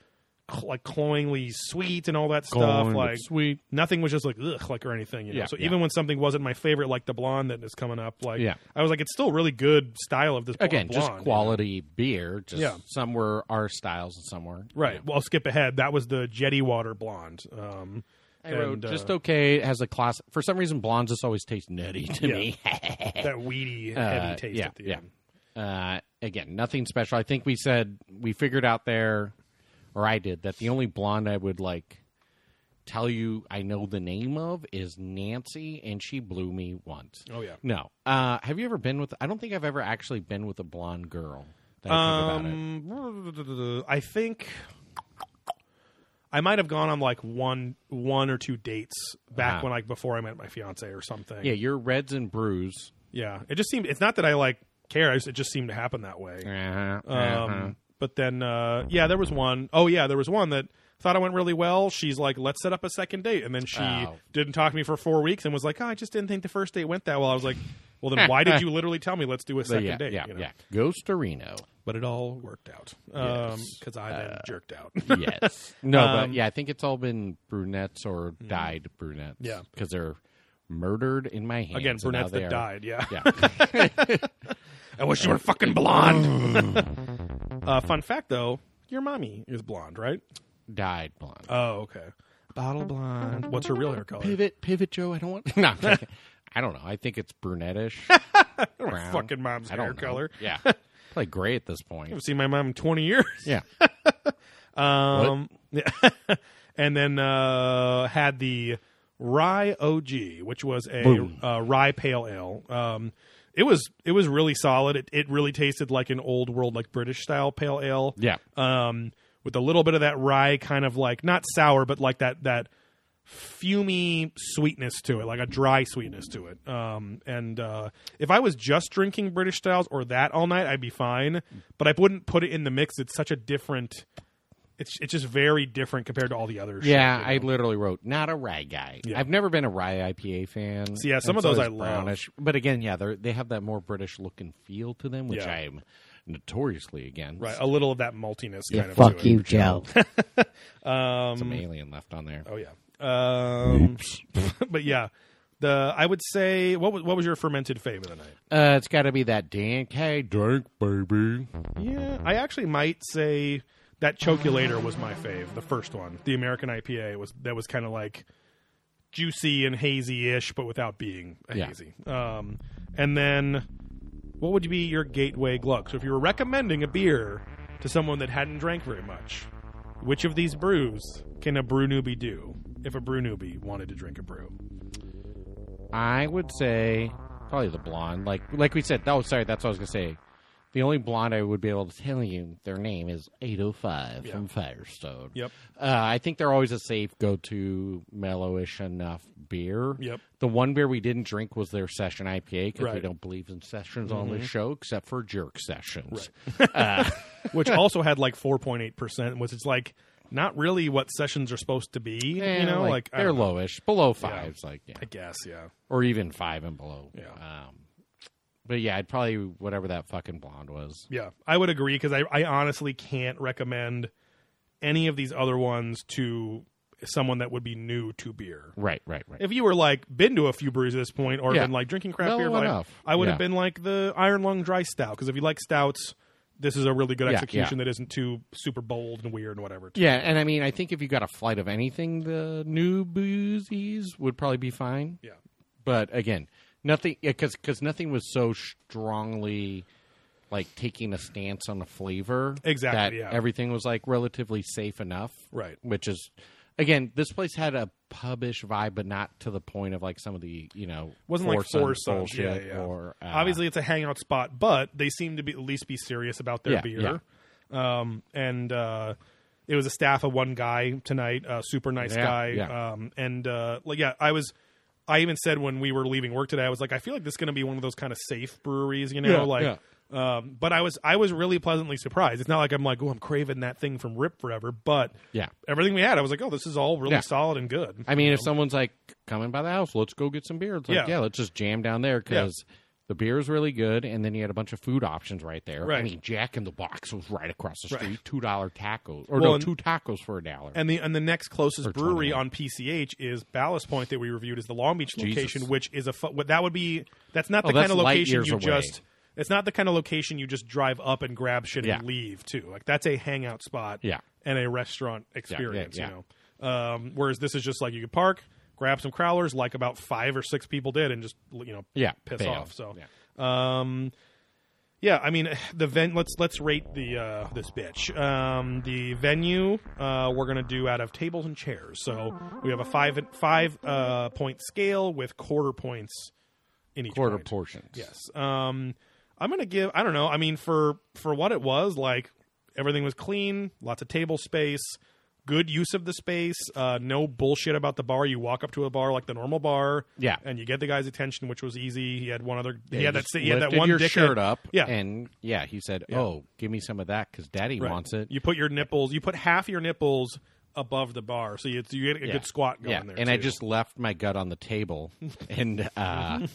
cl- like cloyingly sweet and all that stuff. Cloyingly Like sweet. nothing was just like ugh, like or anything. You know? Yeah, so yeah. even when something wasn't my favorite, like the blonde that is coming up, like Yeah. I was like, it's still really good style of this. bl- Again, blonde, just you know? quality beer. Just Yeah. some were our styles and some were Right. Well, I'll skip ahead. That was the Jetty Water Blonde. Um, I wrote and, uh, just okay. It has a class. For some reason, blondes just always taste nutty to Yeah. me. that weedy, Uh, heavy taste yeah, at the yeah. end. Uh, again, nothing special. I think we said we figured out there, or I did, that the only blonde I would like tell you I know the name of is Nancy, and she blew me once. Oh yeah. No, uh, have you ever been with? I don't think I've ever actually been with a blonde girl. That I think about it. Um, I think I might have gone on like one one or two dates back Wow. when like before I met my fiance or something. Ah. Yeah, your reds and brews. Yeah. It just seemed. It's not that I like care. I just- It just seemed to happen that way. Uh-huh, uh-huh. Um, but then, uh, yeah, there was one oh yeah, there was one that thought I went really well. She's like, let's set up a second date. And then she Oh. didn't talk to me for four weeks and was like, oh, I just didn't think the first date went that well. I was like, well, then why did you literally tell me let's do a But second yeah, date? yeah, you know? yeah. Ghost Areno. But it all worked out because I then Uh, jerked out. yes. No, Um, but yeah, I think it's all been brunettes or dyed brunettes. hmm. Yeah. because they're murdered in my hands Again, and now brunettes they that are- died. Yeah. I Yeah, wish you were fucking blonde. uh, fun fact, though, your mommy is blonde, right? dyed blonde. Oh, okay. Bottle blonde. What's her real hair color? pivot, pivot, Joe. I don't want. no, I'm joking. I don't know. I think it's brunettish. brown. fucking mom's I don't hair know. color. Yeah, like gray at this I point. haven't seen my mom in 20 years. Yeah, Um, yeah. and then uh, had the Rye OG, which was a Boom. uh, rye pale ale. Um, it was it was really solid. It, it really tasted like an old world, like British style pale ale. yeah. Um, with a little bit of that rye, kind of like not sour, but like that that fumy sweetness to it, like a dry sweetness to it. Um, and uh, if I was just drinking British styles or that all night, I'd be fine. But I wouldn't put it in the mix. It's such a different. It's it's just very different compared to all the others. Yeah, I literally wrote not a rye guy. I've never been a rye IPA fan. So, yeah, some It's of those always I love. brownish, but again, yeah, they they have that more British look and feel to them, which Yeah. I am notoriously against. right, a little of that maltiness kind of. to Fuck it. you, Joe. Some alien left on there. Oh yeah. Um, but yeah, the I would say what was, what was your fermented fave of the night? Uh, it's got to be that Dan K. Drink, baby. Yeah, I actually might say that Chocolator was my fave, the first one, the American IPA was that was kind of like juicy and hazy-ish, but without being a Yeah. hazy. Um, and then what would be your gateway glug? So if you were recommending a beer to someone that hadn't drank very much, which of these brews can a brew newbie do if a brew newbie wanted to drink a brew? I would say probably the blonde. Like like we said. Oh, sorry, that's what I was gonna say. The only blonde I would be able to tell you their name is 805 from Firestone. Yep. Uh, I think they're always a safe go-to, mellowish enough beer. Yep. The one beer we didn't drink was their session IPA because we Right. Mm-hmm. don't believe in sessions on this show except for jerk sessions. which also had like 4.8 percent, which is like not really what sessions are supposed to be. Eh, you know, like, I they're don't know. lowish, below fives, like yeah, I guess, yeah, or even five and below. Yeah. Um, but yeah, I'd probably whatever that fucking blonde was. yeah. I would agree because I, I honestly can't recommend any of these other ones to someone that would be new to beer. Right, right, right. If you were like been to a few breweries at this point, or Yeah. been like drinking craft Mellow beer, but I, enough. I would Yeah. have been like the Iron Lung Dry Stout because if you like stouts, this is a really good Yeah, execution that isn't too super bold and weird and whatever. too. Yeah, and I mean, I think if you got a flight of anything, the new boozies would probably be fine. Yeah. But again, nothing because because nothing was so strongly like taking a stance on a flavor. Exactly, That yeah. everything was like relatively safe enough. Right. Which is again, this place had a pubish vibe, but not to the point of like some of the you know wasn't Four like four Sons sons, yeah, bullshit yeah. or uh, obviously it's a hangout spot, but they seem to be at least be serious about their Yeah, beer. Um, and uh, it was a staff of one guy tonight, a super nice Yeah, guy. yeah. Um, and uh, like yeah, I was. I even said when we were leaving work today, I was like, I feel like this is going to be one of those kind of safe breweries, you know, Yeah, like. yeah. Um, but I was I was really pleasantly surprised. It's not like I'm like, oh, I'm craving that thing from Rip forever, but Yeah. everything we had, I was like, oh, this is all really Yeah. solid and good. I mean, if someone's like coming by the house, let's go get some beer. It's like, yeah, Yeah. let's just jam down there because the beer is really good. And then you had a bunch of food options right there. I Right. mean, Jack in the Box was right across the Right. street, two dollar tacos or Well, no, and- two tacos for a dollar. and the and the next closest brewery 21. on PCH is Ballast Point that we reviewed is the Long Beach Jesus. Oh, location, which is a fu- what that would be. That's not the that's kind of light location years you away. just. It's not the kind of location you just drive up and grab shit Yeah. and leave to. Like that's a hangout spot, Yeah. and a restaurant experience. yeah. You know, um, whereas this is just like you could park, grab some crowlers, like about five or six people did, and just you know, Yeah, piss bail. off. So, um, yeah, I mean the ven. Let's let's rate the uh, this bitch. Um, the venue uh, we're gonna do out of tables and chairs. So we have a five five uh, point scale with quarter points in each quarter point. portions. Yes. Um, I'm gonna give. I don't know. I mean, for for what it was, like everything was clean, lots of table space, good use of the space. Uh, no bullshit about the bar. You walk up to a bar like the normal bar, Yeah. and you get the guy's attention, which was easy. He had one other. he You had that. just He had that lifted one your dickhead- shirt up. Yeah. And yeah, he said, oh, give me some of that because daddy Right. wants it. You put your nipples. You put half your nipples above the bar, so you, you get a Yeah. good squat going yeah. there. and I too. just left my gut on the table and uh,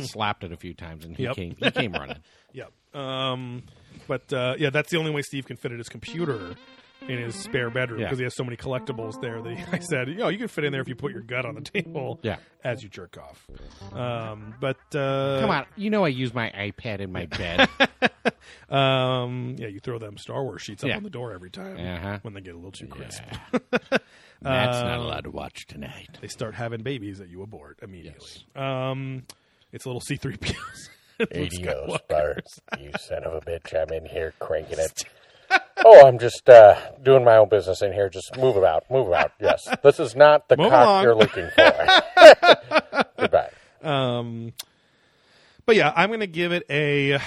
slapped it a few times, and he Yep. came. He came running. Yeah. Um, but uh, yeah, that's the only way Steve can fit in his computer in his spare bedroom Yeah. because he has so many collectibles there. That he, I said, you know, you can fit in there if you put your gut on the table. Yeah. As you jerk off. Um, but uh, Come on, you know I use my iPad in my bed. Um, yeah, you throw them Star Wars sheets up Yeah. on the door every time Uh-huh. when they get a little too crisp. Matt's not allowed to watch tonight. They start having babies that you abort immediately. Um, it's a little C three PO. Adios, Bart. You son of a bitch. I'm in here cranking it. Oh, I'm just uh, doing my own business in here. Just move about. Move about. Yes. This is not the Move cock along. you're looking for. Goodbye. Um, but yeah, I'm going to give it a.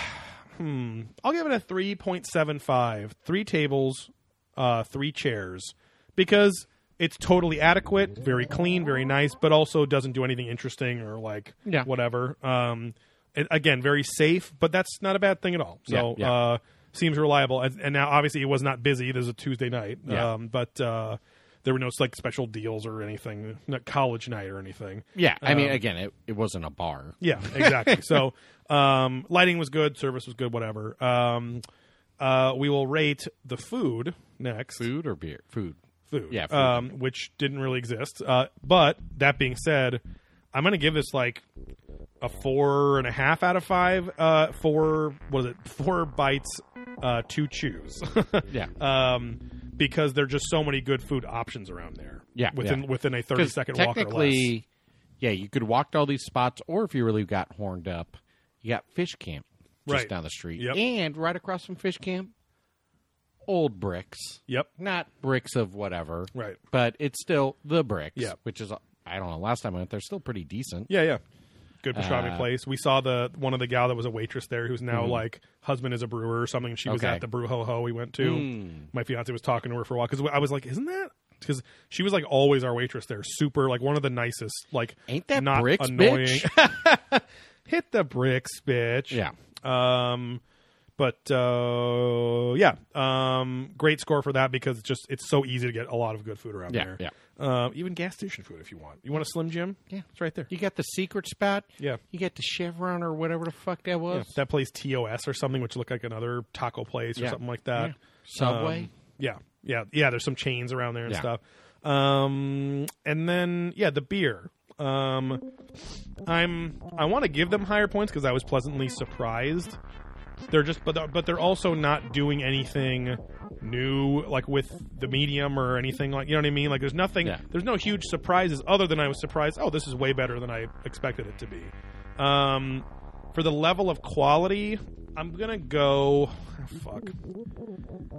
Hmm, I'll give it a 3.75. Three tables, uh, three chairs, because It's totally adequate, very clean, very nice, but also doesn't do anything interesting or like Yeah. whatever. Um, it, again, very safe, but that's not a bad thing at all. So Yeah, yeah. Uh, seems reliable. And, and now, obviously, it was not busy. This is a Tuesday night, Yeah. um, but uh, there were no like special deals or anything, not college night or anything. Yeah, I mean, Um, again, it, it wasn't a bar. Yeah, exactly. so um, lighting was good, service was good, whatever. Um, uh, we will rate the food next. Food or beer? Food. Food, Yeah, food. Um, which didn't really exist. Uh, but that being said, I'm going to give this like a four and a half out of five. Uh, four, what is it? Four bites, uh, two chews. Yeah. um, because there are just so many good food options around there. Yeah, within yeah. within a 30 Because second walk or less. technically, yeah, you could walk to all these spots, or if you really got horned up, you got Fish Camp just Right. down the street, Yep. and right across from Fish Camp, Old Bricks, Yep. not bricks of whatever, Right. But it's still the bricks, Yeah. which is I don't know. Last time I went, they're still pretty decent. Yeah, yeah. Good pastrami Uh, Mm-hmm. place. We saw the one of the gal that was a waitress there, who's now like husband is a brewer or something. She was Okay. at the brew ho ho we went to. Mm. My fiance was talking to her for a while because I was like, "Isn't that?" Because she was like always our waitress there, super like one of the nicest. Like, Ain't that not bricks, annoying. bitch? Hit the bricks, bitch. Yeah. Um, but uh, yeah, um, great score for that because it's just it's so easy to get a lot of good food around Yeah, there. yeah. Uh, even gas station food if you want. You want a Slim Jim? Yeah. it's right there. You got the secret spot. Yeah. You got the Chevron or whatever the fuck that was. that plays TOS or something, which looked like another taco place or Yeah. something like that. Yeah. Subway. uh, Um, yeah, yeah, yeah. There's some chains around there and Yeah. stuff. Um, and then yeah, the beer. Um, I'm I want to give them higher points because I was pleasantly surprised. They're just but they're, but they're also not doing anything new like with the medium or anything like you know what I mean. Like there's nothing, Yeah. there's no huge surprises other than I was surprised. Oh, this is way better than I expected it to be. Um, for the level of quality, I'm gonna go. oh, Fuck.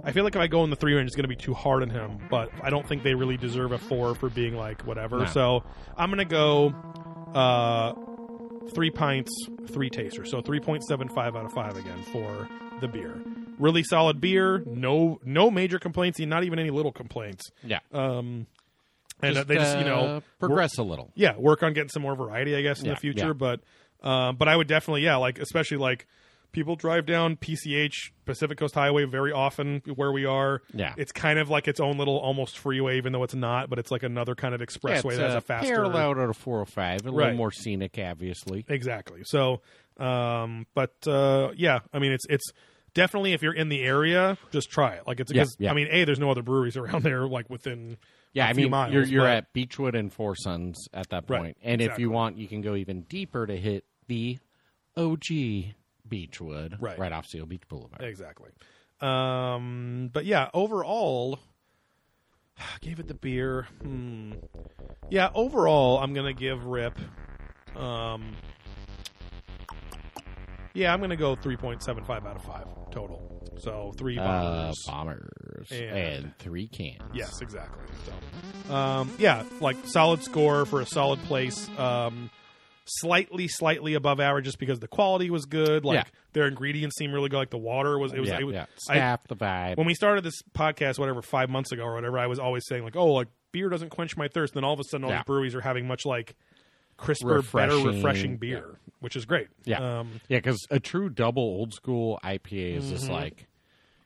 I feel like if I go in the three range, it's gonna be too hard on him. But I don't think they really deserve a four for being like whatever. No. So I'm gonna go uh, three pints, three tasters. So 3.75 out of five again for the beer. Really solid beer. No, no major complaints. and Not even any little complaints. yeah. Um, and uh, they just you uh, know work- progress a little. yeah, work on getting some more variety, I guess, in Yeah, the future. yeah. But um, but I would definitely, yeah, like especially like people drive down PCH Pacific Coast Highway very often where we are. Yeah. it's kind of like its own little almost freeway, even though it's not. But it's like another kind of Yeah, expressway it's that has a a faster parallel to the 405, a Right. little more scenic, obviously. Exactly. So, um, but uh, yeah, I mean, it's it's definitely if you're in the area, just try it. Like it's Yeah, because yeah. I mean, a there's no other breweries around there like within. Yeah, a I few mean, miles, you're, you're but- at Beechwood and Four Sons at that Right, point. and if exactly. you want, you can go even deeper to hit the OG Beechwood Right. off Seal Beach Boulevard. Exactly. Um, but yeah, overall, gave it the beer. Hmm. Yeah, overall, I'm gonna give Rip. Um, yeah, I'm gonna go 3.75 out of five total. So three Uh, bombers. bombers And- and, three cans. Yes, exactly. So, um, yeah, like solid score for a solid place. Um, slightly, slightly above average, just because the quality was good. Like Yeah. their ingredients seemed really good. Like the water was. It was. yeah, it was yeah. I- Staff the vibe. when we started this podcast, whatever, five months ago or whatever, I was always saying like, oh, like beer doesn't quench my thirst. And then all of a sudden, all Yeah. these breweries are having much like crisper, better, Refreshing. refreshing beer, which is great. Yeah. Um, yeah, because a true double old school IPA is just like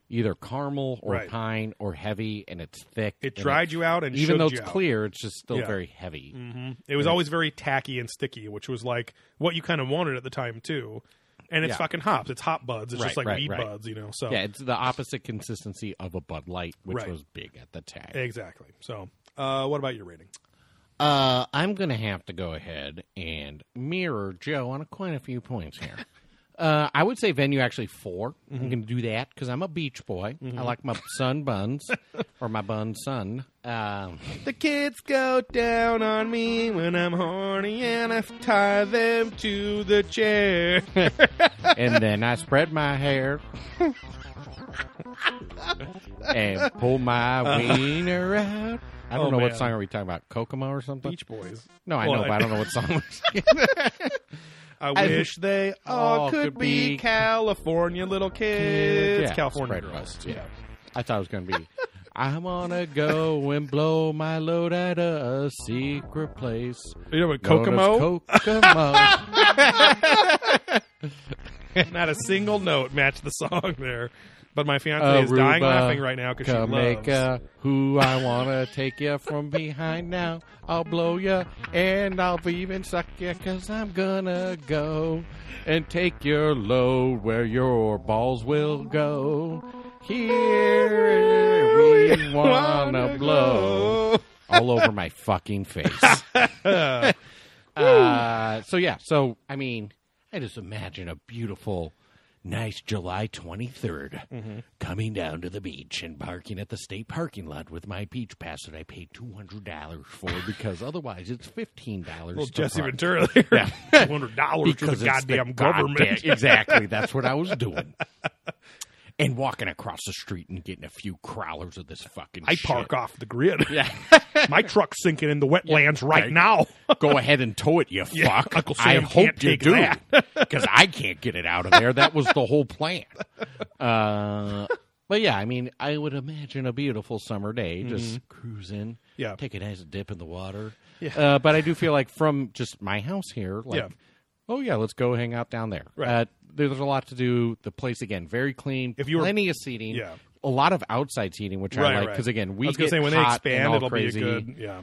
either caramel or Mm-hmm. Right. pine or heavy, and it's thick. it and dried you out and Even shook though it's you out. clear, it's just still Yeah. very heavy. hmm It was always very tacky and sticky, which was like what you kind of wanted at the time too. And it's Yeah. fucking hops. It's hop buds. It's just Right, like right, weed right. buds, you know. So Yeah, it's the opposite consistency of a Bud Light, Oh. which Right. was big at the time. exactly. So uh, what about your rating? Uh, I'm going to have to go ahead and mirror Joe on quite a few points here. uh, I would say venue actually 4 i Mm-hmm. I'm going to do that because I'm a beach boy. I like my sun buns or my bun sun. Um, The kids go down on me when I'm horny and I tie them to the chair. and then I spread my hair and pull my wiener out. I don't Oh, know man. what song are we talking about? Kokomo or something? Beach Boys. No, I Well, know, but I don't know what song. we're singing. I I- wish they all all could, could be, be California little kids, Yeah, California spread girls. rust, yeah. I thought it was going to be. I wanna go and blow my load at a, a secret place. You know what? known as Kokomo. Kokomo. Not a single note matched the song there. But my fiance is dying Aruba, laughing right now because she loves. Jamaica, who I wanna take you from behind now. I'll blow you and I'll even suck you cause I'm gonna go and take your load where your balls will go. Here we wanna blow all over my fucking face. uh, so yeah, so I mean, I just imagine a beautiful, nice July 23rd Mm-hmm. coming down to the beach and parking at the state parking lot with my beach pass that I paid two hundred dollars for because otherwise it's fifteen dollars. Little Jesse Ventura there. Two hundred dollars to the Because it's the goddamn government. goddamn- exactly. That's what I was doing. And walking across the street and getting a few crawlers of this fucking I shit. park off the grid. Yeah. my truck's sinking in the wetlands right, now. go ahead and tow it, you Yeah, fuck. Uncle I Sam hope can't you take do that. because I can't get it out of there. That was the whole plan. Uh, but yeah, I mean, I would imagine a beautiful summer day, just cruising. Mm-hmm. Yeah. take a nice dip in the water. Yeah. Uh, but I do feel like from just my house here, like, Yeah. oh yeah, let's go hang out down there. Right. Uh, there's a lot to do. The place again, very clean. If you were- plenty of seating. Yeah. A lot of outside seating, which Right, I like right. because again, we I was gonna get say when they hot and expand, all it'll crazy. be a good. Yeah,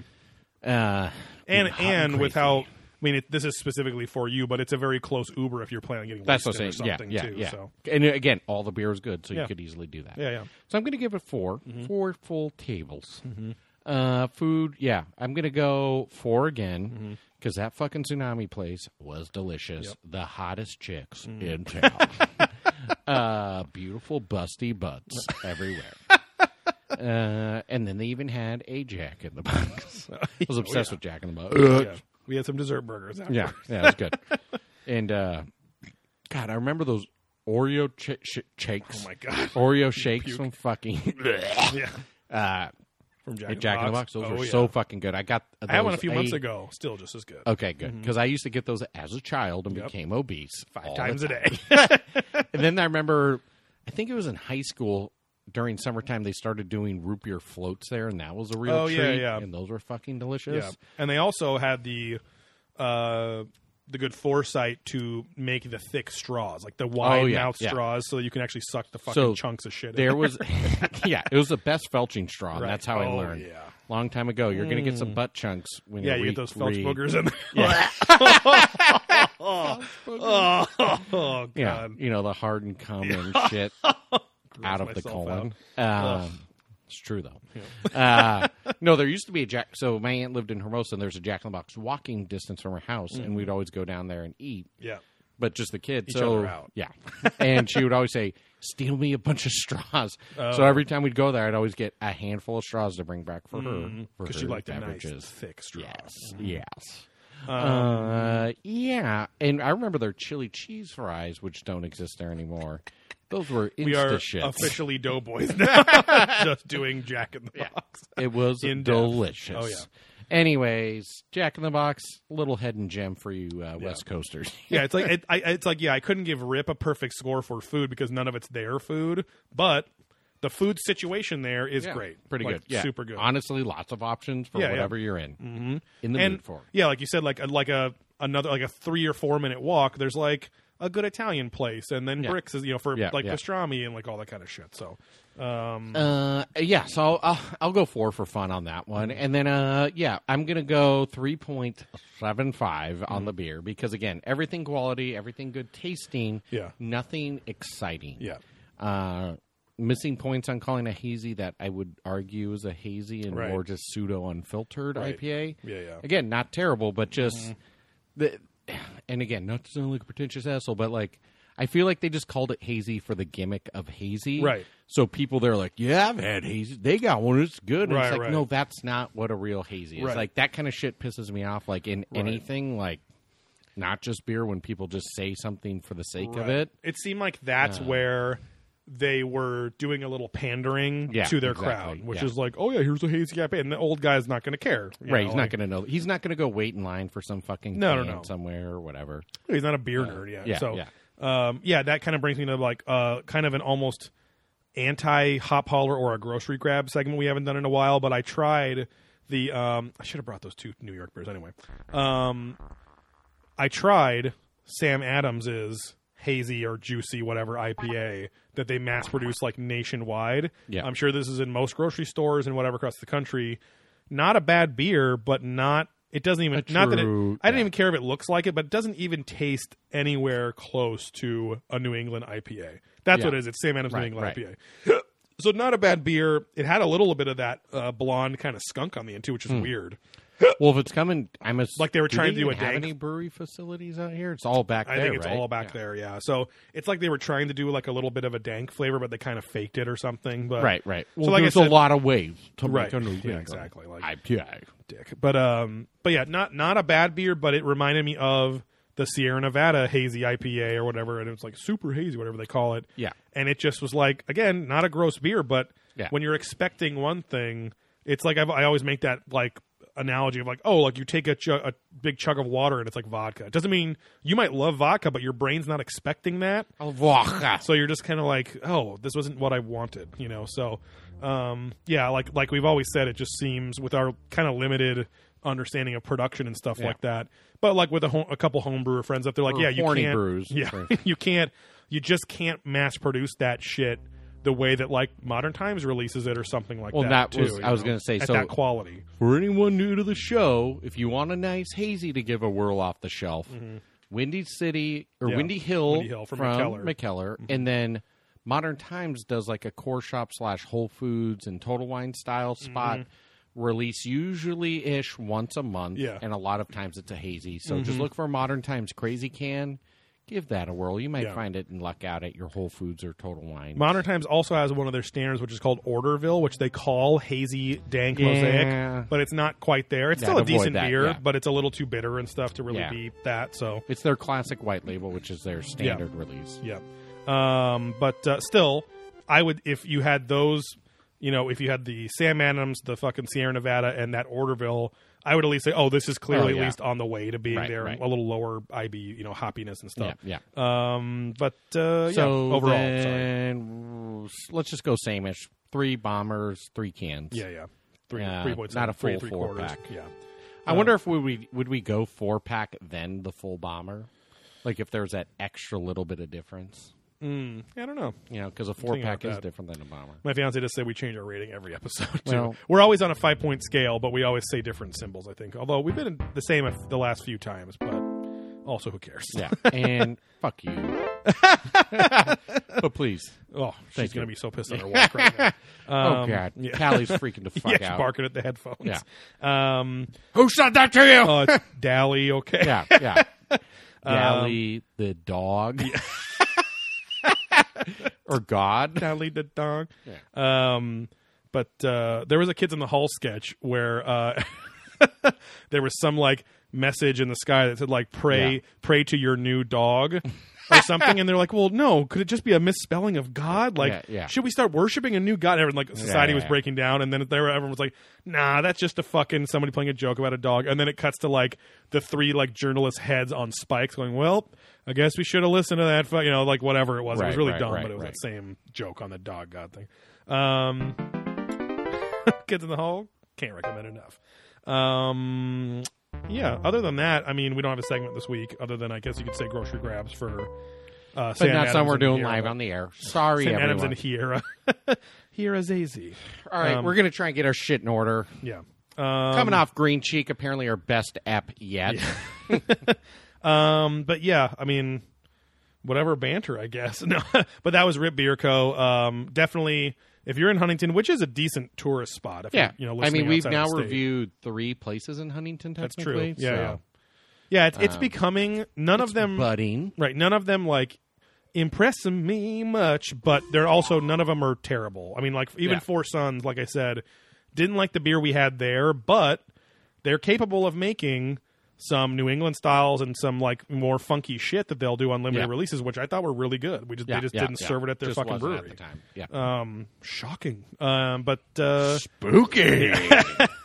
Uh, and hot and with crazy. how I mean, it, this is specifically for you, but it's a very close Uber if you're planning on getting That's what wasted I'm or saying. Yeah, something yeah, too. yeah. So And uh, again, all the beer is good, so Yeah. you could easily do that. yeah, Mm-hmm. yeah. So I'm going to give it 4 four full tables. Mm-hmm. Uh, food, yeah, I'm going to go four Mm-hmm. again because that fucking tsunami place was delicious. The hottest chicks Mm-hmm. in town. uh, beautiful busty butts everywhere. Uh, and then they even had a Jack in the Box. I was obsessed with Jack in the Box. Oh, Yeah. We had some dessert burgers. After. Yeah, yeah, that's good. and uh, God, I remember those Oreo ch- sh- shakes. Oh my god. Oreo shakes from fucking yeah. uh, From Jack, in the Jack in the Box. Those Oh, were yeah. so fucking good. I got. Those, I had one a few months ago. Still just as good. Okay, good. Because I used to get those as a child and became obese Five all the times a day. and then I remember, I think it was in high school during summertime they started doing root beer floats there, and that was a real Oh, treat. yeah, yeah. And those were fucking delicious. yeah. And they also had the. Uh, the good foresight to make the thick straws, like the wide Oh, yeah, mouth yeah. straws, so you can actually suck the fucking So chunks of shit. in. There was, yeah, it was the best felching straw. And Right. that's how I Oh, learned. yeah. Mm. Long time ago, you're going to get some butt chunks when yeah, you, you re- get those felch re- boogers in there. Yeah. oh, God. Yeah, you know the hardened cum and shit out of the myself colon. Um, it's true though. uh, no, there used to be a Jack. So my aunt lived in Hermosa, and there's a Jack in the Box walking distance from her house, Mm-hmm. and we'd always go down there and eat. Yeah. But just the kids, Each so other out. yeah. and she would always say, "Steal me a bunch of straws." Oh. So every time we'd go there, I'd always get a handful of straws to bring back for her for Because her you like the nice, Mm-hmm. Um, beverages. thick straws. Yes. Yes. Uh, yeah, and I remember their chili cheese fries, which don't exist there anymore. Those were We are insta shit. officially doughboys now, just doing Jack in the Box. It was in depth. delicious. Oh, yeah. Anyways, Jack in the Box, little head and gem for you uh, West Coasters. Yeah, it's like it, I, it's like yeah, I couldn't give Rip a perfect score for food because none of it's their food, but the food situation there is great, pretty Like, good, yeah. super good. Honestly, lots of options for Yeah, yeah. whatever you're in, mm-hmm. in the and mood for. yeah, like you said, like a, like a another like a three or four minute walk. There's like a good Italian place, and then Bricks is you know for Yeah, like yeah. pastrami and like all that kind of shit. So Mm-hmm. Uh, yeah, so I'll, I'll I'll go four for fun on that one, and then uh, yeah, I'm gonna go three point seven five Mm-hmm. on the beer because again, everything quality, everything good tasting, Yeah. nothing exciting, Yeah. Uh, missing points on calling a hazy that I would argue is a hazy and Right. more just pseudo unfiltered Right. IPA. Yeah, yeah. Mm-hmm. Again, not terrible, but just the, and again, not to sound like a pretentious asshole, but like. I feel like they just called it hazy for the gimmick of hazy. Right. So people they're like, "Yeah, I've had hazy. They got one. It's good." And Right, it's like, right. no, that's not what a real hazy is. Right. Like that kind of shit pisses me off. Like in anything, like not just beer, when people just say something for the sake of Right. it. Uh. It seemed like that's where they were doing a little pandering Yeah, to their exactly, crowd, which yeah. is like, oh yeah, here's a hazy IPA, and the old guy's not going to care, you right? know, he's like, not going to know. He's not going to go wait in line for some fucking No, no, can no. somewhere or whatever. he's not a beer nerd, yeah. yeah, so, yeah. Um, yeah, that kind of brings me to like uh, kind of an almost anti hop hauler or a grocery grab segment we haven't done in a while, but I tried the um I should have brought those two New York beers anyway. Um I tried Sam Adams's hazy or juicy whatever IPA that they mass produce like nationwide. Yeah. I'm sure this is in most grocery stores and whatever across the country. Not a bad beer, but not it doesn't even A not that it, true- I didn't yeah. even care if it looks like it, but it doesn't even taste anywhere close to a New England IPA. That's Yeah. what it is. It's Sam Adams New Right, England right. IPA. so not a bad beer. It had a little bit of that uh, blonde kind of skunk on the end too, Hmm. which is weird. Well, if it's coming, I'm a, Like they were trying to do a have dank- any brewery facilities out here. It's all back I there. think it's right? all back Yeah. there, yeah. So it's like they were trying to do like a little bit of a dank flavor, but they kind of faked it or something. But Right, right. Well, like I there's said- a lot of ways to Right. make a New Yeah, England exactly. Like- IPA. dick. But um, but yeah, not not a bad beer, but it reminded me of the Sierra Nevada hazy IPA or whatever, and it was like super hazy, whatever they call it. Yeah. and it just was like again, not a gross beer, but Yeah. when you're expecting one thing, it's like I've, I always make that like analogy of like oh like you take a, chu- a big chug of water and it's like vodka it doesn't mean you might love vodka but your brain's not expecting that Oh, vodka. so you're just kind of like oh this wasn't what i wanted you know so um, yeah like like we've always said it just seems with our kind of limited understanding of production and stuff like that but like with a, ho- a couple homebrewer friends up there like Or yeah you horny can't brews. yeah Right. you can't you just can't mass produce that shit the way that like modern times releases it or something like Well, that that too, was- you I was know, gonna say, at so- that quality For anyone new to the show, if you want a nice hazy to give a whirl off the shelf, Windy City or Mm-hmm. Yeah, Windy Hill, Windy Hill from McKellar. Mm-hmm. McKellar, and then Modern Times does like a core shop slash Whole Foods and Total Wine style Mm-hmm. spot release, usually ish once a month. Yeah. Mm-hmm. and a lot of times it's a hazy. So just look for Modern Times Crazy Can. Give that a whirl. You might Yeah. find it and luck out at your Whole Foods or Total Wine. Modern Times also has one of their standards, which is called Orderville, which they call hazy dank Yeah. mosaic, but it's not quite there. It's Yeah, still a avoid decent that, beer, yeah. but it's a little too bitter and stuff to really Yeah. be that. So it's their classic white label, which is their standard release. yeah, um, but uh, still, I would if you had those, you know, if you had the Sam Adams, the fucking Sierra Nevada, and that Orderville, I would at least say, oh, this is clearly Oh, yeah. at least on the way to being Right, there, right. a little lower IB, you know, hoppiness and Yeah, stuff. yeah. Um, but uh, yeah, So overall, sorry. then, let's just go sameish. Three bombers, three cans. yeah, yeah, three, Uh, three points, not a three, full three four quarters, pack. yeah. I wonder uh, if we would, would we go four pack then the full bomber, like if there's that extra little bit of difference, Mm, I don't know. you know, because a four about pack is that. different than a bomber. My fiance just said we change our rating every episode. Too. Well- We're always on a five point scale, but we always say different symbols. I think, although we've been the same the last few times, but also who cares? Yeah, and fuck you. but please, Oh, she's Thank gonna you. be so pissed on her walk right now. oh Um, god, yeah. Callie's freaking the Yeah, fuck she's out. barking at the headphones. Yeah. Um, Who said that to you? oh, Um, it's Dally. Okay. yeah, yeah. Gally the dog, or God. Dally the dog. Um, but uh, there was a Kids in the Hall sketch where uh, there was some like message in the sky that said like pray Yeah. pray to your new dog or something and they're like well no could it just be a misspelling of god like Yeah, yeah. should we start worshiping a new god and everyone, like society yeah, was yeah. breaking down and then there everyone was like nah that's just a fucking somebody playing a joke about a dog and then it cuts to like the three like journalist heads on spikes going well i guess we should have listened to that fu-" you know like whatever it was it was Right, really right, dumb right, but it was right. that same joke on the dog god thing um Kids in the Hall, can't recommend enough. Um, yeah, other than that, I mean, we don't have a segment this week, other than I guess you could say grocery grabs for. Uh, But Sam not something Adams we're and doing Hero. live on the air. Sorry, Sam Adams everyone. and Hira. Hira Zazy. All right, Um, we're gonna try and get our shit in order. Yeah. Um, Coming off Green Cheek, apparently our best ep yet. Um, but yeah, I mean, whatever banter, I guess. No, but that was Rip Beer Co. Um, definitely, if you're in Huntington, which is a decent tourist spot. If Yeah, you, you know, I listening mean, we've outside of now the state. reviewed three places in Huntington. That's Technically, true. Yeah, so, Um, yeah. Yeah, it's, it's becoming none of them. budding. Right. None of them like impress me much, but they're also none of them are terrible. I mean, like even Yeah. Four Sons, like I said, didn't like the beer we had there, but they're capable of making some New England styles and some like more funky shit that they'll do on limited Yeah. releases, which I thought were really good. We just Yeah, they just yeah, didn't yeah. serve it at their Just fucking wasn't brewery. at the time. Yeah, Um, shocking. Um, but uh, spooky.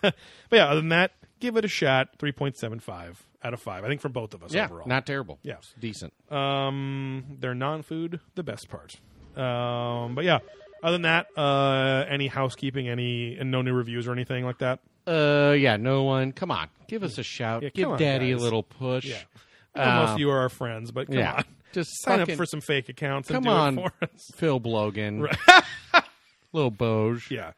but yeah, other than that, give it a shot. Three point seven five out of five. I think from both of us yeah, overall. not terrible. Yeah. Uh, It's decent. Um, they're non-food, the best part. Um, but yeah, Other than that, uh, any housekeeping, any and no new reviews or anything like that. Uh, yeah, no one. Come on, give us a shout. Yeah, give come on, Daddy guys. a little push. Yeah. I don't know Um, if you are our friends, but come yeah. on, Just sign fucking- up for some fake accounts and Come do on, it for us. Phil Blogan, little Boge. Yeah,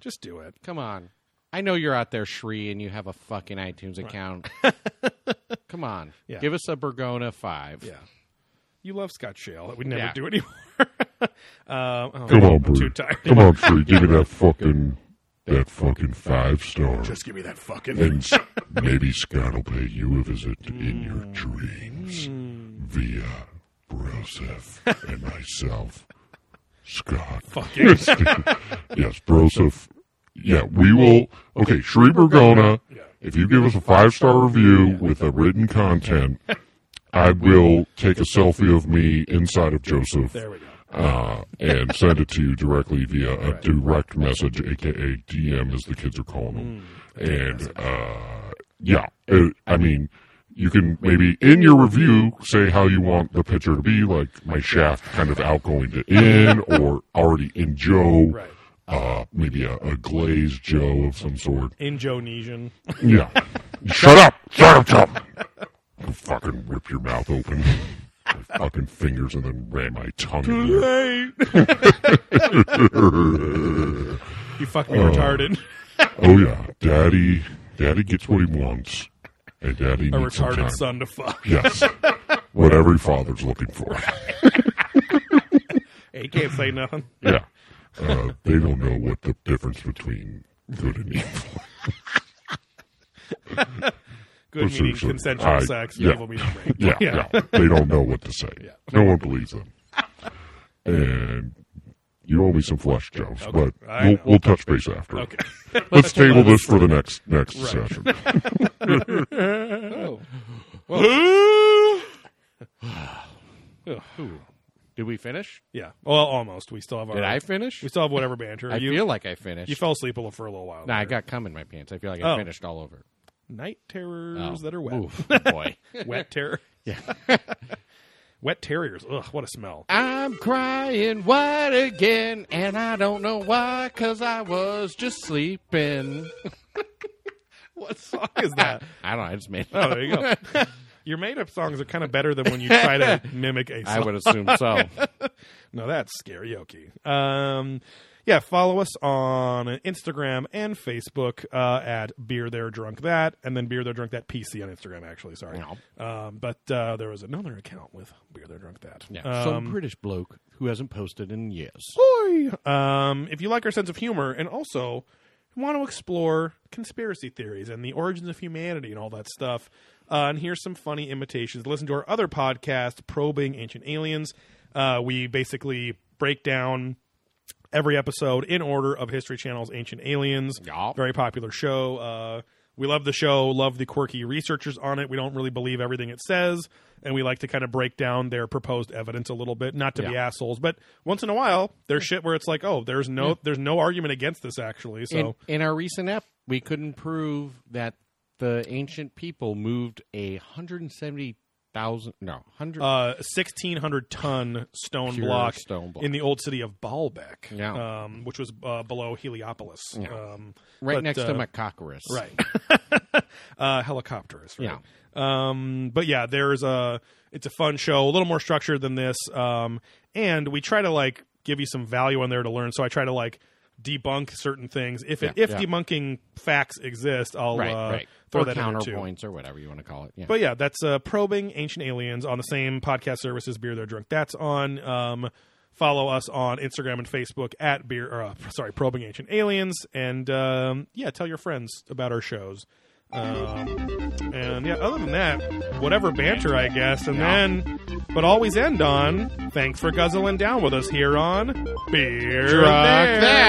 just do it. Come on, I know you're out there, Shree, and you have a fucking iTunes account. Come on, Yeah. give us a Bergona five. Yeah. You love Scott Shale. That we never Yeah. do anymore. uh, oh, Come I'm on, Bert. too tired. Come on, Trey, give me that fucking that fucking five star. Just give me that fucking. And s- maybe Scott will pay you a visit in your Mm. dreams via Broseph and myself, Scott. yes, yes, Broseph. Yeah, we will. Okay, Sri Bergona, if you give us a five star review with a written content, I will take a selfie of me inside of Joseph there we go. uh, and send it to you directly via a direct message, aka DM, as the kids are calling them. and uh, yeah, it, I mean, you can maybe in your review say how you want the picture to be, like my shaft kind of outgoing to in, or already in Joe. Right. Uh, maybe a, a glazed Joe of some sort. In Jonesian. Yeah. Shut up! Shut up, Trump! I'll fucking rip your mouth open. with fucking fingers and then ram my tongue in there. you fuck me retarded. Oh yeah, daddy, daddy gets what he wants, and daddy A needs some retarded time. son to fuck. Yes, what every father's looking for. He can't say nothing. Yeah, uh, they don't know what the difference between good and evil. Good meaning seriously, consensual I- sex, yeah. evil meaning rape. Yeah, yeah, they don't know what to say. No one believes them. And you owe me some flesh, Jones, but I we'll, know. we'll touch base after. Okay. Let's table this for the next next session. Did we finish? Yeah. Well, almost. We still have our. Did I finish? We still have whatever banter. I you feel like I finished. you fell asleep a little for a little while. Nah, I there. got cum in my pants. I feel like I Oh. finished all over. night terrors Oh. that are wet. Oof, boy. Wet terror. Yeah. wet terriers. Ugh, what a smell. I'm crying wide again, and I don't know why, because I was just sleeping. What song is that? I don't know. I just made Oh, there you go. Your made-up songs are kind of better than when you try to mimic a I song. would assume so. No, that's karaoke. Um, yeah, follow us on Instagram and Facebook uh, at Beer There Drunk That, and then Beer There Drunk That PC on Instagram. Actually, sorry. No. Um, but uh, there was another account with Beer There Drunk That. Yeah, Um, some British bloke who hasn't posted in years. boy. Um, if you like our sense of humor and also want to explore conspiracy theories and the origins of humanity and all that stuff, uh, and here's some funny imitations. Listen to our other podcast, Probing Ancient Aliens. Uh, we basically break down every episode in order of History Channel's Ancient Aliens. Yeah. Very popular show. Uh, we love the show, love the quirky researchers on it. We don't really believe everything it says, and we like to kind of break down their proposed evidence a little bit, not to be Yeah. assholes, but once in a while there's shit where it's like, oh, there's no there's no argument against this actually. So In, in our recent app, we couldn't prove that the ancient people moved a hundred and seventy thousand no hundred uh, 1600 ton stone Pure block, stone block. in the old city of Baalbek, Yeah. um, which was uh, below Heliopolis, um, right but, next uh, to Macacarus. right uh helicopters right? yeah um but yeah there's a it's a fun show a little more structured than this um and we try to like give you some value on there to learn so i try to like debunk certain things if it, Yeah, if yeah. debunking facts exist i'll right, uh, right. throw or that in there too counterpoints or whatever you want to call it. Yeah, but yeah, that's uh, probing ancient aliens on the same podcast service as Beer They're Drunk. That's on. Um, follow us on Instagram and Facebook at beer. Or, uh, sorry, probing ancient aliens, and um, yeah, tell your friends about our shows. Um, and yeah, other than that, whatever banter, I guess. And then, but always end on thanks for guzzling down with us here on Beer Drunk There. That.